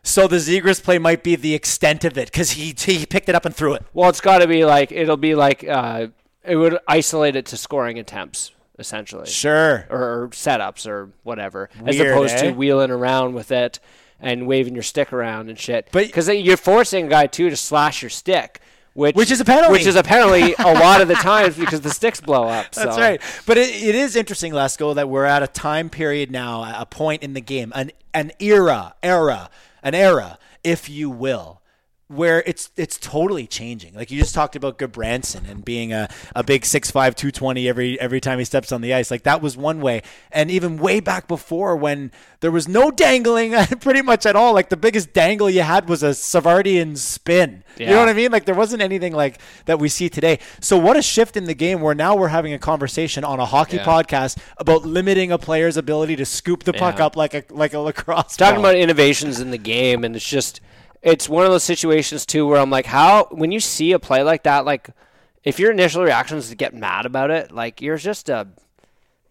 so the Zegers play might be the extent of it because he he picked it up and threw it. Well, it's got to be like it'll be like uh, it would isolate it to scoring attempts essentially, Sure. or, or setups or whatever, as Weird, opposed eh? to wheeling around with it and waving your stick around and shit. But- because you're forcing a guy too to slash your stick. Which, Which is a penalty. Which is a penalty a lot of the times because the sticks blow up. That's so. right. But it, it is interesting, Lesko, that we're at a time period now, a- a point in the game, an an era, era, an era, if you will, where it's it's totally changing. Like you just talked about Gabranson and being a, a big 6'5", 220 every every time he steps on the ice. Like that was one way. And even way back before when there was no dangling pretty much at all. Like the biggest dangle you had was a Savardian spin. You know Yeah. what I mean? mean? Like there wasn't anything like that we see today. So what a shift in the game where now we're having a conversation on a hockey podcast about limiting a player's ability to scoop the puck Yeah. up like a like a lacrosse. talking ball. about innovations in the game and it's just it's one of those situations too where I'm like how when you see a play like that like if your initial reaction is to get mad about it like you're just a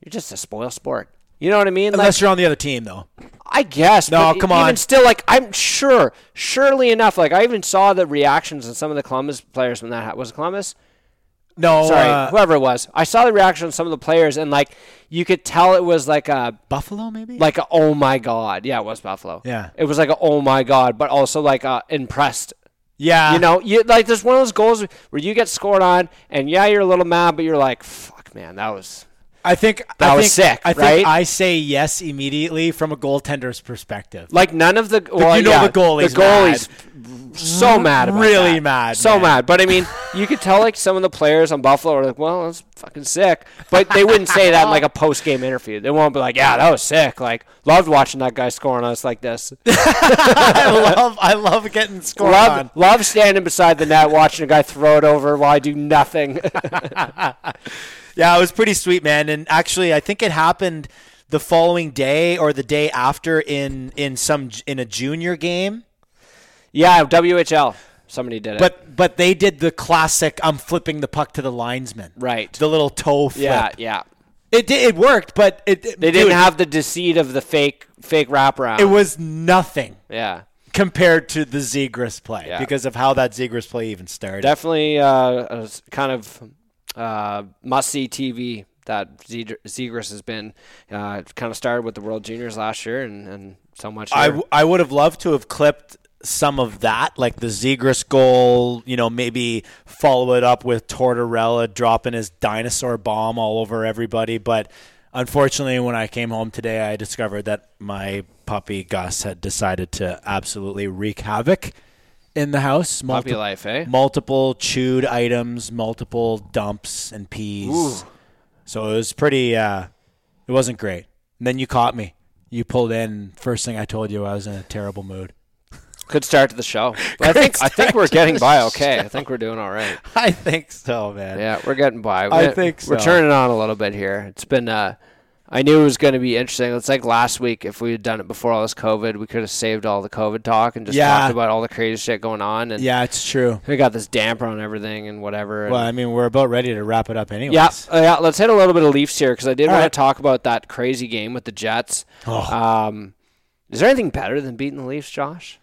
you're just a spoil sport you know what I mean unless like you're on the other team though. I guess No, but come e- on. even still like I'm sure surely enough like I even saw the reactions in some of the Columbus players when that ha- was it Columbus No, sorry uh, whoever it was I saw the reaction on some of the players and like you could tell it was like a Buffalo maybe. like a, oh my god yeah it was buffalo Yeah. it was like a, oh my god but also like uh impressed yeah, you know you like there's one of those goals where you get scored on and yeah you're a little mad but you're like fuck man that was I think I That was think- sick, I think right? I say yes immediately from a goaltender's perspective. like none of the well, you know yeah, the goalie's the goalies so mad about Really that. mad, so man. mad but i mean you could tell like some of the players on buffalo are like well that's fucking sick but they wouldn't say that in like a post-game interview they won't be like yeah that was sick like loved watching that guy score on us like this I love I love getting scored on. Love, love standing beside the net watching a guy throw it over while I do nothing. Yeah, it was pretty sweet, man. And actually, I think it happened the following day or the day after in in some in a junior game. Yeah, WHL. Somebody did it. But but they did the classic. I'm flipping the puck to the linesman. Right. The little toe flip. yeah, yeah. It did, it worked, but it They didn't have the deceit of the fake fake wraparound. It was nothing yeah. compared to the Zegras play Yeah. because of how that Zegras play even started. Definitely uh, a s- kind of uh, must see TV that Zeg- Zegras has been. Uh, it kind of started with the World Juniors last year and, and so much. I, here. w- I would have loved to have clipped some of that, like the Zegras goal, you know, maybe follow it up with Tortorella dropping his dinosaur bomb all over everybody. But unfortunately, when I came home today, I discovered that my puppy Gus had decided to absolutely wreak havoc in the house. Puppy Multi- life, eh? Multiple chewed items, multiple dumps and peas. So it was pretty. Uh, it wasn't great. And then you caught me. You pulled in. First thing I told you, I was in a terrible mood. Good start to the show. But I think I think we're getting by okay. I think we're doing all right. I think so, man. Yeah, we're getting by. I We're- think We're so. turning on a little bit here. It's been. Uh, I knew it was going to be interesting. It's like last week. If we had done it before all this COVID, we could have saved all the COVID talk and just Yeah. talked about all the crazy shit going on. And Yeah, it's true. we got this damper on everything and whatever. and- Well, I mean, we're about ready to wrap it up, anyways. yeah, uh, yeah. Let's hit a little bit of Leafs here because I did All want right. Oh. to talk about that crazy game with the Jets. Um, is there anything better than beating the Leafs, Josh?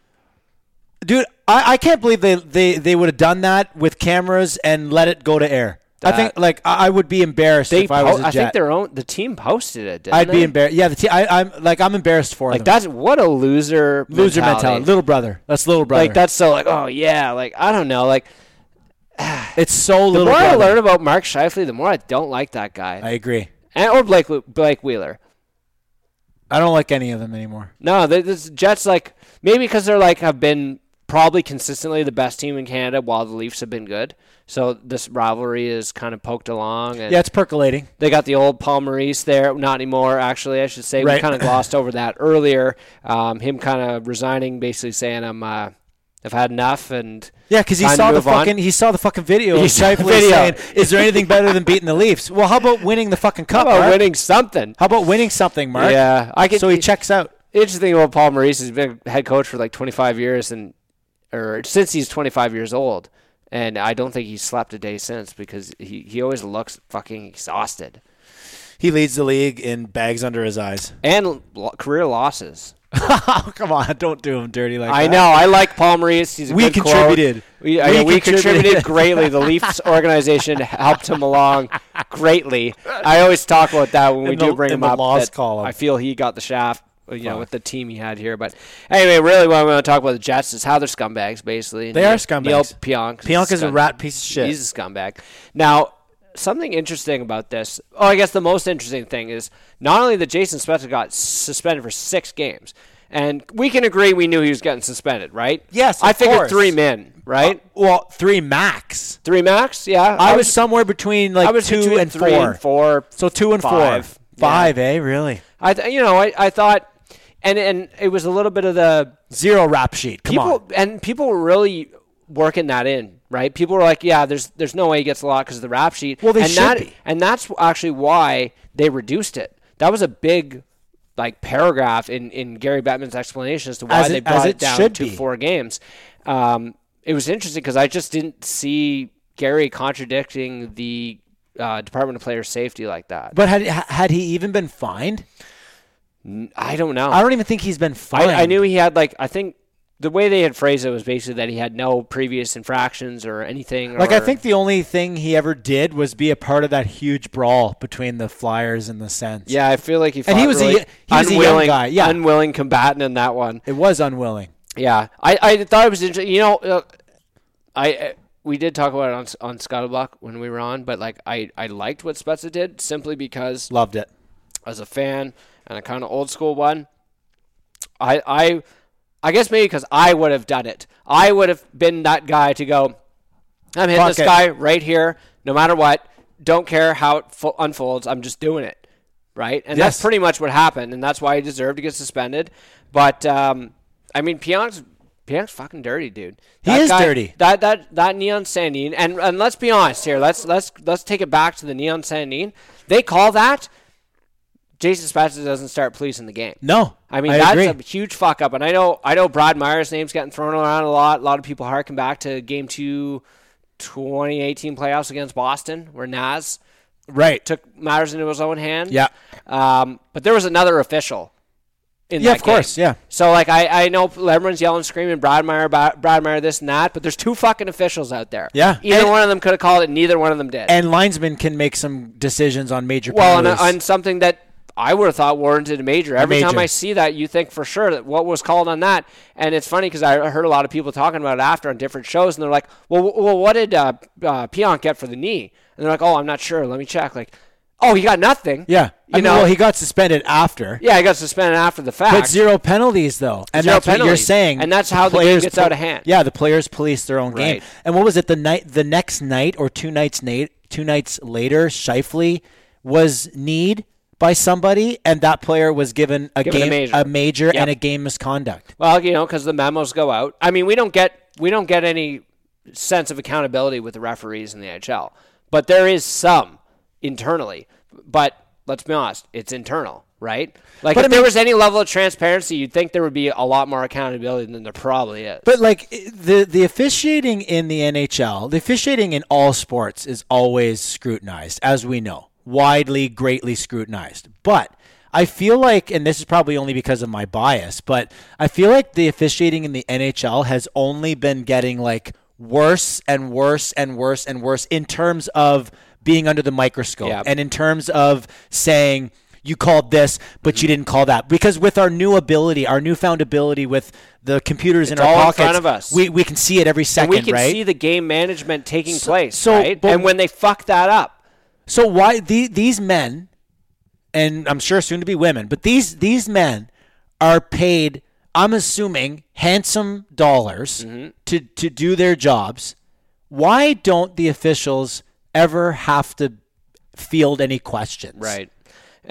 dude, I, I can't believe they, they, they would have done that with cameras and let it go to air. I That- think like I, I would be embarrassed They, if I po- was a I think Jet. their own the team posted it. Didn't I'd they? be embarrassed. Yeah, the te- I, I'm like I'm embarrassed for Like them. that's what a loser loser mentality. little brother. That's little brother. Like that's so like oh yeah like I don't know like It's so the little more I brother. learn about Mark Scheifele the more I don't like that guy I agree. and or Blake Blake Wheeler. I don't like any of them anymore. No, the, this Jets like maybe because they're like have been probably consistently the best team in Canada while the Leafs have been good. So this rivalry is kind of poked along. And Yeah, it's percolating. They got the old Paul Maurice there. Not anymore, actually, I should say. We Right. kind of glossed over that earlier. Um, him kind of resigning, basically saying, I'm, uh, I've had enough. And Yeah, because he time to saw the move on. fucking he saw the fucking video. He of saw the Scheifele video. saying, "Is there anything better than beating the Leafs?" Well, how about winning the fucking How cup? about Mark? winning something? How about winning something, Mark? Yeah, I can. So he checks out. interesting about Paul Maurice has been head coach for like 25 years and or since he's 25 years old, and I don't think he's slept a day since because he, he always looks fucking exhausted He leads the league in bags under his eyes. and lo- career losses. oh, come on! Don't do him dirty like I that. know. I like Paul Maurice. He's a We good quote. contributed. We, I We mean, we contributed. contributed. greatly. The Leafs organization helped him along greatly. I always talk about that when we In do the- bring in him the up. loss that column. I feel he got the shaft. You know, with the team he had here, but anyway, really, what I want to talk about the Jets is how they're scumbags, basically. They Neil- are scumbags. Neil Pionk. Pionk is a rat piece of shit. He's a scumbag. Now, something interesting about this. Oh, I guess the most interesting thing is not only that Jason Spezza got suspended for six games, and we can agree we knew he was getting suspended, right? Yes, I of figured course. three men, right? Well, three max. three max. Yeah, I, was, somewhere between like I was two between and three four. and four. So two and five. four. Five, eh? Really? I, th- you know, I, I thought, and and it was a little bit of the Zero rap sheet. Come people on. and people were really working that in, right? People were like, "Yeah, there's there's no way he gets a lot because of the rap sheet." Well, they and should that, be. and that's actually why they reduced it. That was a big like paragraph in in Gary Batman's explanation as to why As it- they brought as it, it down should to be. four games. Um, it was interesting because I just didn't see Gary contradicting the uh, Department of Player Safety like that. But had had he even been fined? I don't know. I don't even think he's been fined. I, I knew he had like I think the way they had phrased it was basically that he had no previous infractions or anything. Like I or- think the only thing he ever did was be a part of that huge brawl between the Flyers and the Sens. Yeah, I feel like he And he fought was a really y- he was a young unwilling, guy, yeah. unwilling combatant in that one. It was unwilling. Yeah, I, I thought it was interesting. You know, uh, I uh, we did talk about it on S- on Scuttlebuck when we were on, but like I I liked what Spezza did simply because Loved it. as a fan and a kind of old school one. I I I guess maybe because I would have done it. I would have been that guy to go. I'm hitting Fuck this it. guy right here, no matter what. Don't care how it fo- unfolds. I'm just doing it, right? And that's Yes. pretty much what happened, and that's why he deserved to get suspended. But um, I mean, Pionk's Pionk's fucking dirty, dude. He is dirty. That that that neon sandine, and and let's be honest here. Let's let's let's take it back to the neon sandine. They call that Jason Spezza doesn't start policing the game. No, I mean, I that's agree. a huge fuck up. And I know I know Brad Meyer's name's getting thrown around a lot. A lot of people harken back to game two, 2018 playoffs against Boston, where Nas right. took matters into his own hand. Yeah. Um, but there was another official. In Yeah, that of course, game. yeah. So like I, I know everyone's yelling, screaming, Bradmeyer, Ba- Bradmeyer, this and that, but there's two fucking officials out there. Yeah. Either And- one of them could have called it. Neither one of them did. And linesmen can make some decisions on major well, uh, on, penalties. on something that I would have thought warranted a major. Every time major. I see that, you think for sure that what was called on that. And it's funny because I heard a lot of people talking about it after on different shows, and they're like, "Well, w- well, what did uh, uh, Pionk get for the knee?" And they're like, "Oh, I'm not sure. Let me check." Like, "Oh, he got nothing." yeah, you I mean, know. well, he got suspended after, yeah, he got suspended after the fact. but zero penalties though, and Zero that's what you're penalties. saying. And that's how the game gets out of hand. Yeah, the players police their own Right. game. And what was it the night, the next night, or two nights, na- two nights later, Shifley was kneed by somebody, and that player was given a Given a game, major. major Yep. and a game misconduct. Well, you know, because the memos go out. I mean, we don't get we don't get any sense of accountability with the referees in the NHL, but there is some internally. But let's be honest, it's internal, right? Like, But if I mean- there was any level of transparency, you'd think there would be a lot more accountability than there probably is. But like i- the the officiating in the NHL, the officiating in all sports is always scrutinized, as we know, widely, greatly scrutinized. But I feel like, and this is probably only because of my bias, but I feel like the officiating in the NHL has only been getting like worse and worse and worse and worse in terms of being under the microscope Yeah. and in terms of saying you called this but you didn't call that because with our new ability our newfound ability with the computers in It's our all in pockets front of us. we, we can see it every and second we can right see the game management taking place, so- right? but- and when they fuck that up, so why the, these men and i'm sure soon to be women but these these men are paid i'm assuming handsome dollars Mm-hmm. to to do their jobs why don't the officials ever have to field any questions right?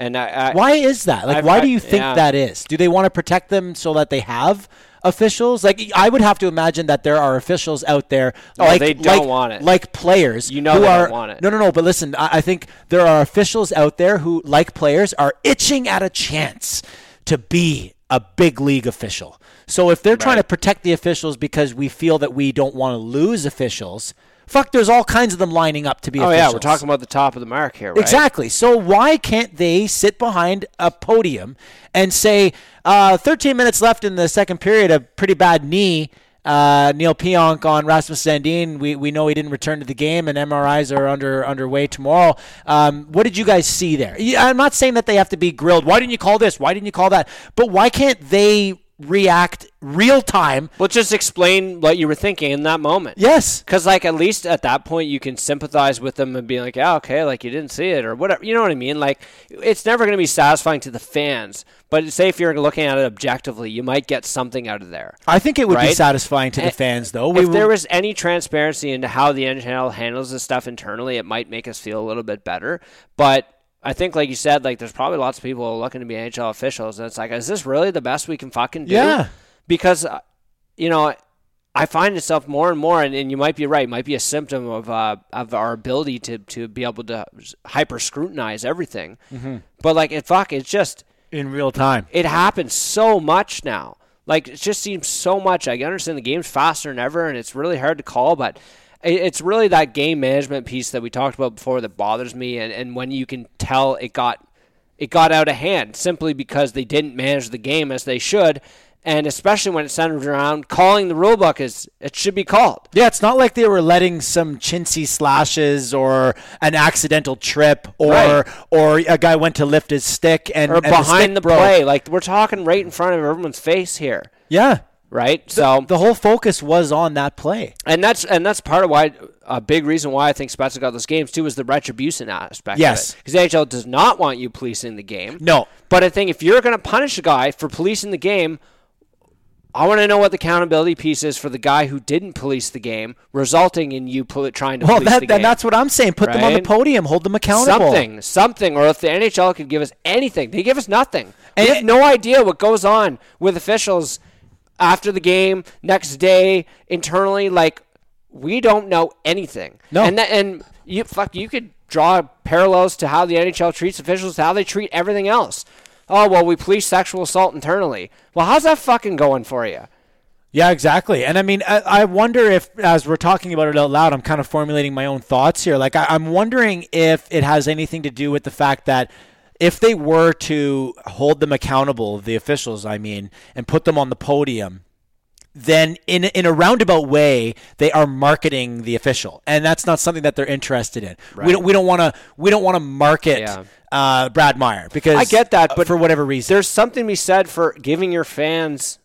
And I, I Why is that? Like, I've- why I- do you think yeah. that is? Do they want to protect them so that they have officials? Like, I would have to imagine that there are officials out there, Oh, like they don't like, want it. like players, You know who they don't are want it. no, no, no. But listen, I, I think there are officials out there who, like players, are itching at a chance to be a big league official. So if they're trying to protect the officials because we feel that we don't want to lose officials, fuck, there's all kinds of them lining up to be. oh officials. yeah, we're talking about the top of the mark here, right? Exactly. So why can't they sit behind a podium and say, uh, 13 minutes left in the second period, a pretty bad knee. Uh, Neil Pionk on Rasmus Sandin. We, we know he didn't return to the game, and MRIs are under underway tomorrow. Um, what did you guys see there? Yeah, I'm not saying that they have to be grilled. Why didn't you call this? Why didn't you call that? But why can't they react real time? Well, just explain what you were thinking in that moment. Yes. Because, like, at least at that point, you can sympathize with them and be like, yeah, okay, like, you didn't see it or whatever. You know what I mean? Like, it's never going to be satisfying to the fans. But say if you're looking at it objectively, you might get something out of there. I think it would be Right. satisfying to the And fans, though. If We- there was any transparency into how the NHL handles this stuff internally, it might make us feel a little bit better. But I think, like you said, like there's probably lots of people looking to be NHL officials, and it's like, is this really the best we can fucking do? Yeah. Because, uh, you know, I find itself more and more, and, and you might be right, might be a symptom of uh, of our ability to to be able to hyper scrutinize everything. Mm-hmm. But like, it fuck, it's just in real time. it happens so much now. Like it just seems so much. I understand the game's faster than ever, and it's really hard to call, but it- it's really that game management piece that we talked about before that bothers me, and, and when you can tell it got it got out of hand simply because they didn't manage the game as they should, and especially when it centered around calling the rule book as it should be called. Yeah, it's not like they were letting some chintzy slashes or an accidental trip or Right. or a guy went to lift his stick and Or and behind stick the, broke. play, like we're talking right in front of everyone's face here, Yeah. right? so The whole focus was on that play. And that's and that's part of why a big reason why I think Spezza got those games too is the retribution aspect. Yes. because the NHL does not want you policing the game. No. but I think if you're going to punish a guy for policing the game, I want to know what the accountability piece is for the guy who didn't police the game, resulting in you poli- trying to Well, police that, the that- game. that's what I'm saying. Put them on the Right? podium, hold them accountable. something, something, or if the NHL could give us anything, they give us nothing. And- we have no idea what goes on with officials after the game, next day, internally. Like we don't know anything. No. and that, and you fuck, you could draw parallels to how the NHL treats officials, to how they treat everything else. Oh, well, we police sexual assault internally. Well, how's that fucking going for you? Yeah, exactly. And I mean, I, I wonder if, as we're talking about it out loud, I'm kind of formulating my own thoughts here. Like, I, I'm wondering if it has anything to do with the fact that if they were to hold them accountable, the officials, I mean, and put them on the podium, then in in a roundabout way they are marketing the official and that's not something that they're interested in we don't we don't want to we don't want to market Yeah. uh, Brad Meyer because I get that, uh, but for whatever reason There's something to be said for giving your fans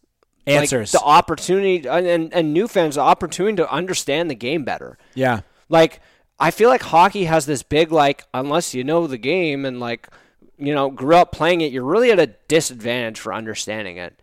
like, answers the opportunity, and, and, and new fans, the opportunity to understand the game better. yeah Like I feel like hockey has this big like unless you know the game and like you know grew up playing it, you're really at a disadvantage for understanding it.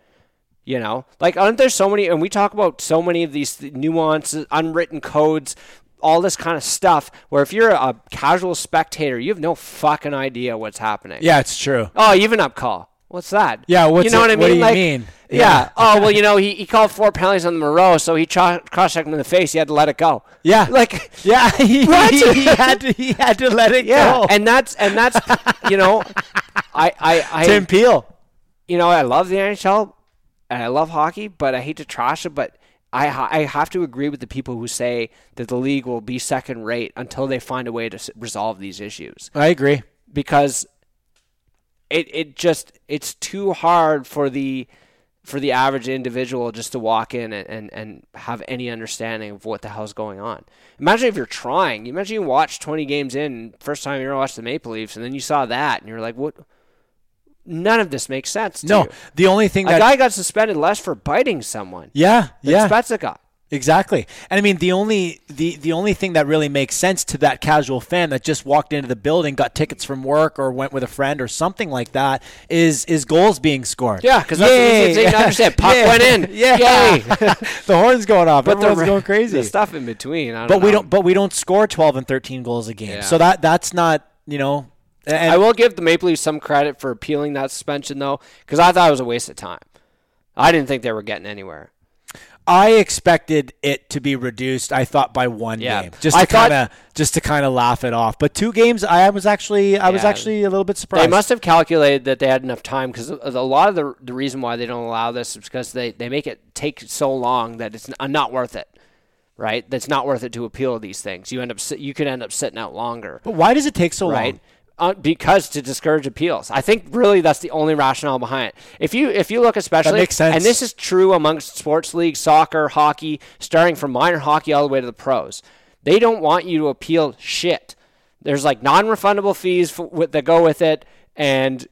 You know, like aren't there so many? And we talk about so many of these th- nuances, unwritten codes, all this kind of stuff. Where if you're a casual spectator, you have no fucking idea what's happening. yeah it's true Oh, even up call. What's that? Yeah, what's you know what I it- mean? what do you Like, mean? Yeah. Yeah. Oh well, you know he, he called four penalties on the Moreau, so he ch- cross checked him in the face. He had to let it go. yeah Like yeah he, What? he had to, he had to let it Yeah, Oh. go and that's and that's you know, I I, I Tim Peel you know I love the NHL and I love hockey, but I hate to trash it, but. I, ha- I have to agree with the people who say that the league will be second rate until they find a way to s- resolve these issues I agree because it it just it's too hard for the for the average individual just to walk in and, and, and have any understanding of what the hell's going on. Imagine if you're trying. You Imagine you watch 20 games in, first time you ever watched the Maple Leafs, and then you saw that, and you're like, what? None of this makes sense. to no you. the only thing A that guy got suspended less for biting someone. yeah yeah Spezza got. Exactly. And I mean the only the the only thing that really makes sense to that casual fan that just walked into the building, got tickets from work or went with a friend or something like that is is goals being scored. Yeah, 'cause that's the Yay. easiest thing to understand. Puck Yeah. went in. Yeah. Yay. the horn's going off. the Everyone's re- going crazy. The stuff in between. I don't but we know. don't but we don't score 12 and 13 goals a game. Yeah. So that that's not, you know, and I will give the Maple Leafs some credit for appealing that suspension though, because I thought it was a waste of time. I didn't think they were getting anywhere. I expected it to be reduced. I thought by one Yeah. game, just I to thought- kind of just to kind of laugh it off. But two games, I was actually I was Yeah. actually a little bit surprised. They must have calculated that they had enough time because a lot of the, the reason why they don't allow this is because they, they make it take so long that it's n- uh, not worth it, right? That's not worth it to appeal these things. You end up sit- you could end up sitting out longer, But why does it take so right? long? Uh, because to discourage appeals, I think really that's the only rationale behind it. If you if you look especially, makes sense. and this is true amongst sports leagues, soccer, hockey, starting from minor hockey all the way to the pros, they don't want you to appeal shit. There's like non-refundable fees for, with, that go with it, and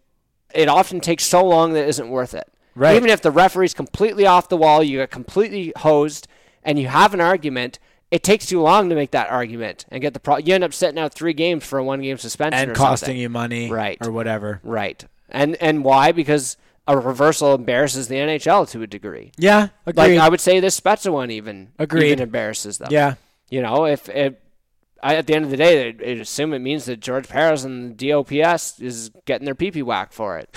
it often takes so long that it isn't worth it. Right. Even if the referee's completely off the wall, you get completely hosed, and you have an argument. It takes too long to make that argument and get the pro. You end up sitting out three games for a one-game suspension and or costing something. you money, Right. or whatever. Right. And and why? Because a reversal embarrasses the NHL to a degree. Yeah, Like agreed. I would say this Spezza one even Agreed. even embarrasses them. yeah, You know, if it, I, at the end of the day, they they assume it means that George Paris and the DOPS is getting their pee pee whacked for it.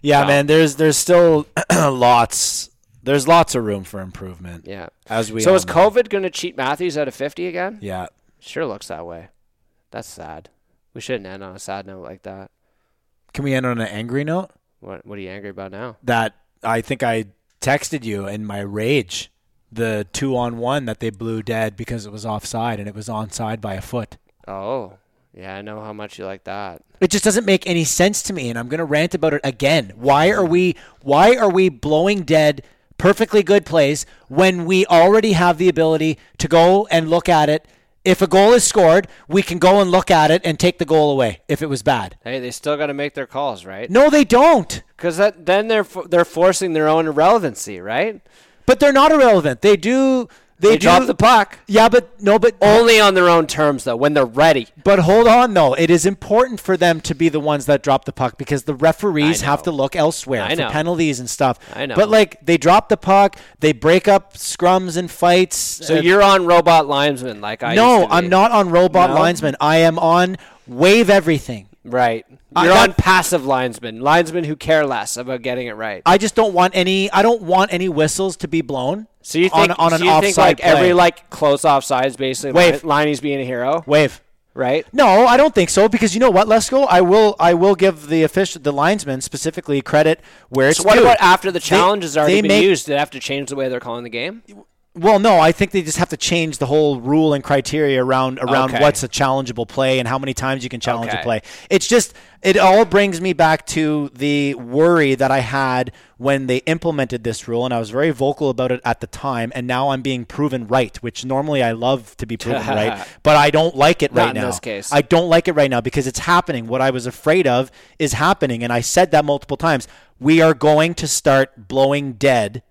yeah, man. There's there's still lots. There's lots of room for improvement. Yeah. As we so all is know. COVID going to cheat Matthews out of fifty again? Yeah, Sure looks that way. That's sad. We shouldn't end on a sad note like that. can we end on an angry note? What What are you angry about now? That I think I texted you in my rage. The two on one that they blew dead because it was offside and it was onside by a foot. Oh, yeah, I know how much you like that. It just doesn't make any sense to me, and I'm going to rant about it again. Why are we why are we blowing dead perfectly good plays when we already have the ability to go and look at it? If a goal is scored, we can go and look at it and take the goal away if it was bad. Hey, they still got to make their calls, right? No, they don't. Because that then they're fo- they're forcing their own irrelevancy, right? But they're not irrelevant. They do they, They do drop the puck Yeah, but no, but only on their own terms, though. When they're ready, But hold on, though. It is important for them to be the ones that drop the puck because the referees I know. have to look elsewhere I for know. penalties and stuff. I know. But, like, they drop the puck, they break up scrums and fights. Uh, so you're on robot linesman, like I. No, used to I'm be. not on robot No? linesman. I am on wave everything. Right, I- you're that- on passive linesman, linesmen who care less about getting it right. I just don't want any. I don't want any whistles to be blown. So you on- think on, so an you offside think like play. every like close offsides basically Wave. Liney's being a hero? wave? right? No, I don't think so because you know what, Lesko, I will I will give the official the linesman specifically credit where it's So what due. about after the challenge has already they been make- used? Do they have to change the way they're calling the game? Well, no, I think they just have to change the whole rule and criteria around around Okay. what's a challengeable play and how many times you can challenge Okay. a play. It's just it all brings me back to the worry that I had when they implemented this rule, and I was very vocal about it at the time. And now I'm being proven right, which normally I love to be proven right, but I don't like it Not right in now. this case. I don't like it right now because it's happening. What I was afraid of is happening, and I said that multiple times. We are going to start blowing dead.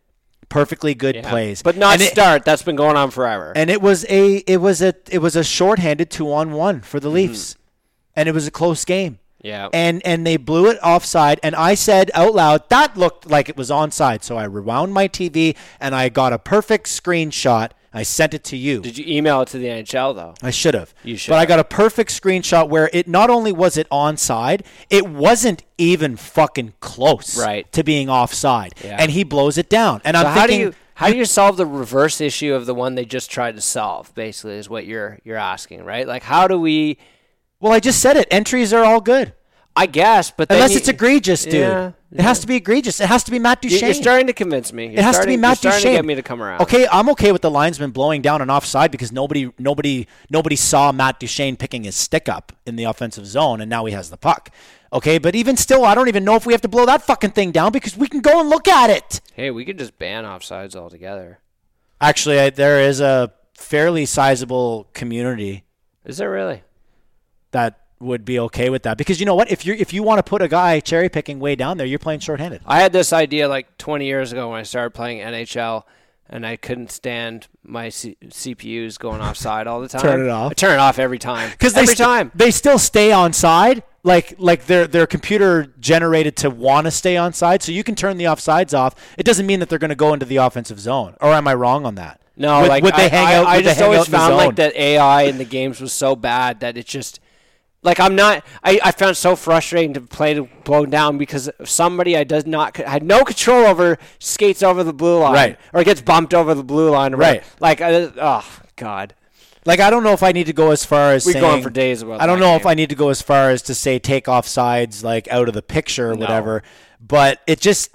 Perfectly good plays, But not And it- start. That's been going on forever. and it was a it was a it was a shorthanded two on one for the Leafs, and it was a close game. Mm-hmm. Yeah. and and they blew it offside, and I said out loud that looked like it was onside. So I rewound my TV and I got a perfect screenshot. I sent it to you. Did you email it to the NHL though? I should have. You should But I have. got a perfect screenshot where it not only was it onside, it wasn't even fucking close Right. to being offside. Yeah. And he blows it down. And So I'm how do thinking you how do you solve the reverse issue of the one they just tried to solve? Basically, is what you're you're asking, right? Like, how do we? Well, I just said it. Entries are all good. I guess, but then Unless you- it's egregious, dude. Yeah, It has to be egregious. It has to be Matt You- Duchene. You're starting to convince me. You're it has starting, to be Matt you're starting Duchene. to get me to come around. Okay, I'm okay with the linesman blowing down an offside because nobody, nobody, nobody saw Matt Duchene picking his stick up in the offensive zone, and now he has the puck. Okay, but even still, I don't even know if we have to blow that fucking thing down because we can go and look at it. Hey, we could just ban offsides altogether. Actually, I, there is a fairly sizable community Is there really? that would be okay with that because you know what? If you if you want to put a guy cherry picking way down there, you're playing shorthanded. I had this idea like 20 years ago when I started playing NHL, and I couldn't stand my C- CPUs going offside all the time. Turn it off. I turn it off every time. because every they st- time. they still stay on side. Like like their their computer generated to want to stay on side, so you can turn the offsides off. It doesn't mean that they're going to go into the offensive zone. Or am I wrong on that? No, would, like would they I, hang I, out? I would they just hang always out in the found zone? like that AI in the games was so bad that it just like I'm not. I, I found it so frustrating to play to blown down because somebody I does not I had no control over skates over the blue line Right. or gets bumped over the blue line or Right. whatever. Like I, oh god, Like I don't know if I need to go as far as We'd go on saying- for days about I don't that know game. if I need to go as far as to say take off sides like out of the picture or whatever. But it just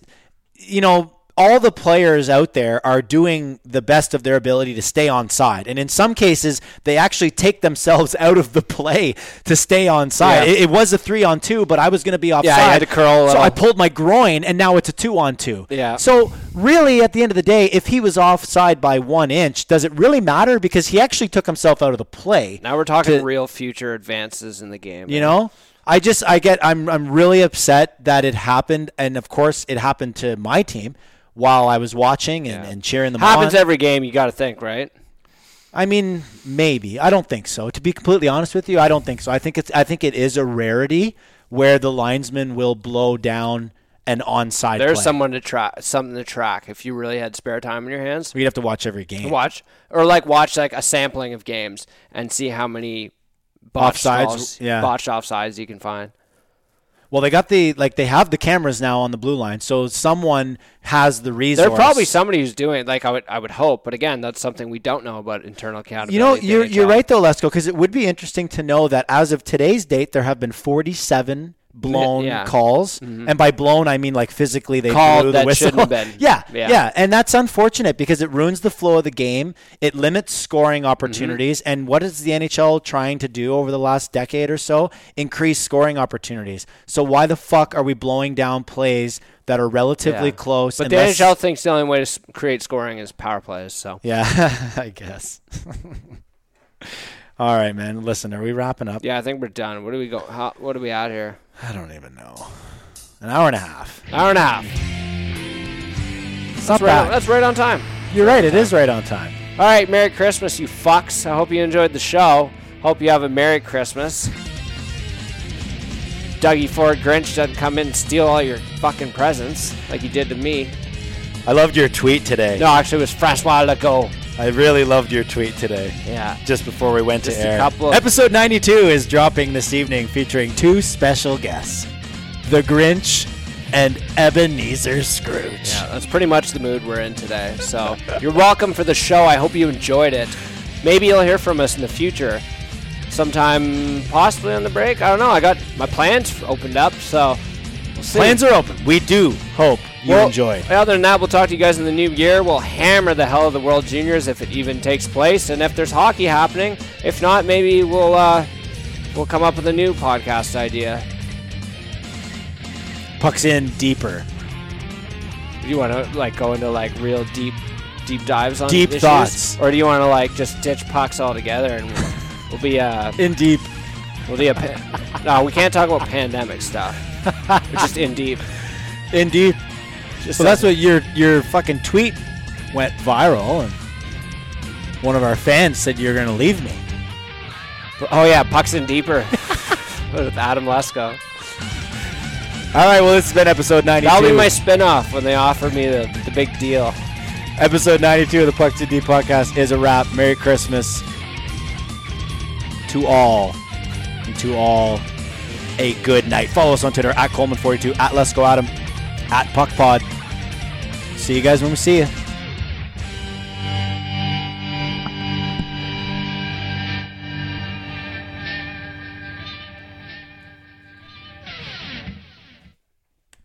you know all the players out there are doing the best of their ability to stay on side, and in some cases they actually take themselves out of the play to stay on side. Yeah. It, it was a three on two, but I was going to be offside. I had to curl a so I little. pulled my groin, and now it's a two on two. Yeah. So really, at the end of the day, if he was offside by one inch, does it really matter? Because he actually took himself out of the play. now we're talking to- real future advances in the game. You know, I just I get I'm I'm really upset that it happened, and of course it happened to my team while I was watching and, and cheering them happens on. every game. You got to think right. I mean, maybe I don't think so. To be completely honest with you, I don't think so. I think it's I think it is a rarity where the linesman will blow down an onside. There's play. someone to track, something to track. If you really had spare time in your hands, We'd have to watch every game. watch or like watch like a sampling of games and see how many botched Offsides, calls, yeah. botched offsides you can find. Well, they got the like they have the cameras now on the blue line, so someone has the resource. There's probably somebody who's doing it, like I would I would hope, but again, that's something we don't know about internal accountability. You know, at the you're you're NHL. right though, Lesko, because it would be interesting to know that as of today's date, there have been 47 blown Yeah. Mm-hmm. calls, and by blown I mean like physically they Called blew the that whistle. shouldn't have been. yeah, yeah, Yeah. and that's unfortunate because it ruins the flow of the game. It limits scoring Mm-hmm. opportunities, and what is the NHL trying to do over the last decade or so? Increase scoring opportunities. So why the fuck are we blowing down plays that are relatively Yeah. close? But the unless- NHL thinks the only way to s- create scoring is power plays. So yeah, I guess. All right, man. Listen, are we wrapping up? yeah, I think we're done. What do we go? How, what do we out here? I don't even know. An hour and a half. Hour and a half. It's not That's right. bad. On, that's right on time. You're right. It is right on time. All right, Merry Christmas, you fucks. I hope you enjoyed the show. Hope you have a Merry Christmas. Dougie Ford Grinch doesn't come in and steal all your fucking presents like he did to me. I loved your tweet today. No, actually, it was Francois Legault. I really loved your tweet today. Yeah. Just before we went Just to a air. couple of- Episode 92 is dropping this evening featuring two special guests The Grinch and Ebenezer Scrooge. Yeah, that's pretty much the mood we're in today. So you're welcome for the show. I hope you enjoyed it. Maybe you'll hear from us in the future. sometime possibly on the break. I don't know. I got my plans opened up, so we'll see. Plans are open. We do hope you Well, enjoy. Other than that, we'll talk to you guys in the new year. We'll hammer the hell of the World Juniors if it even takes place, and if there's hockey happening. If not, maybe we'll uh, we'll come up with a new podcast idea. Pucks in deeper. Do you want to like go into like real deep deep dives on Deep issues? thoughts. or do you want to like just ditch pucks altogether and we'll, we'll be uh In deep. we'll be a pa- no, we can't talk about pandemic stuff. We're just in deep. In deep. Just So that's what your your fucking tweet went viral, and one of our fans said you're gonna leave me. Oh yeah, pucks in deeper with Adam Lesko. All right, well this has been episode 92. That'll be my spin-off when they offer me the, the big deal. episode 92 of the Puck 2D podcast is a wrap. Merry Christmas to all, and to all a good night. Follow us on Twitter at Coleman42, at Let's Go Adam, at Puck Pod. See you guys when we see you.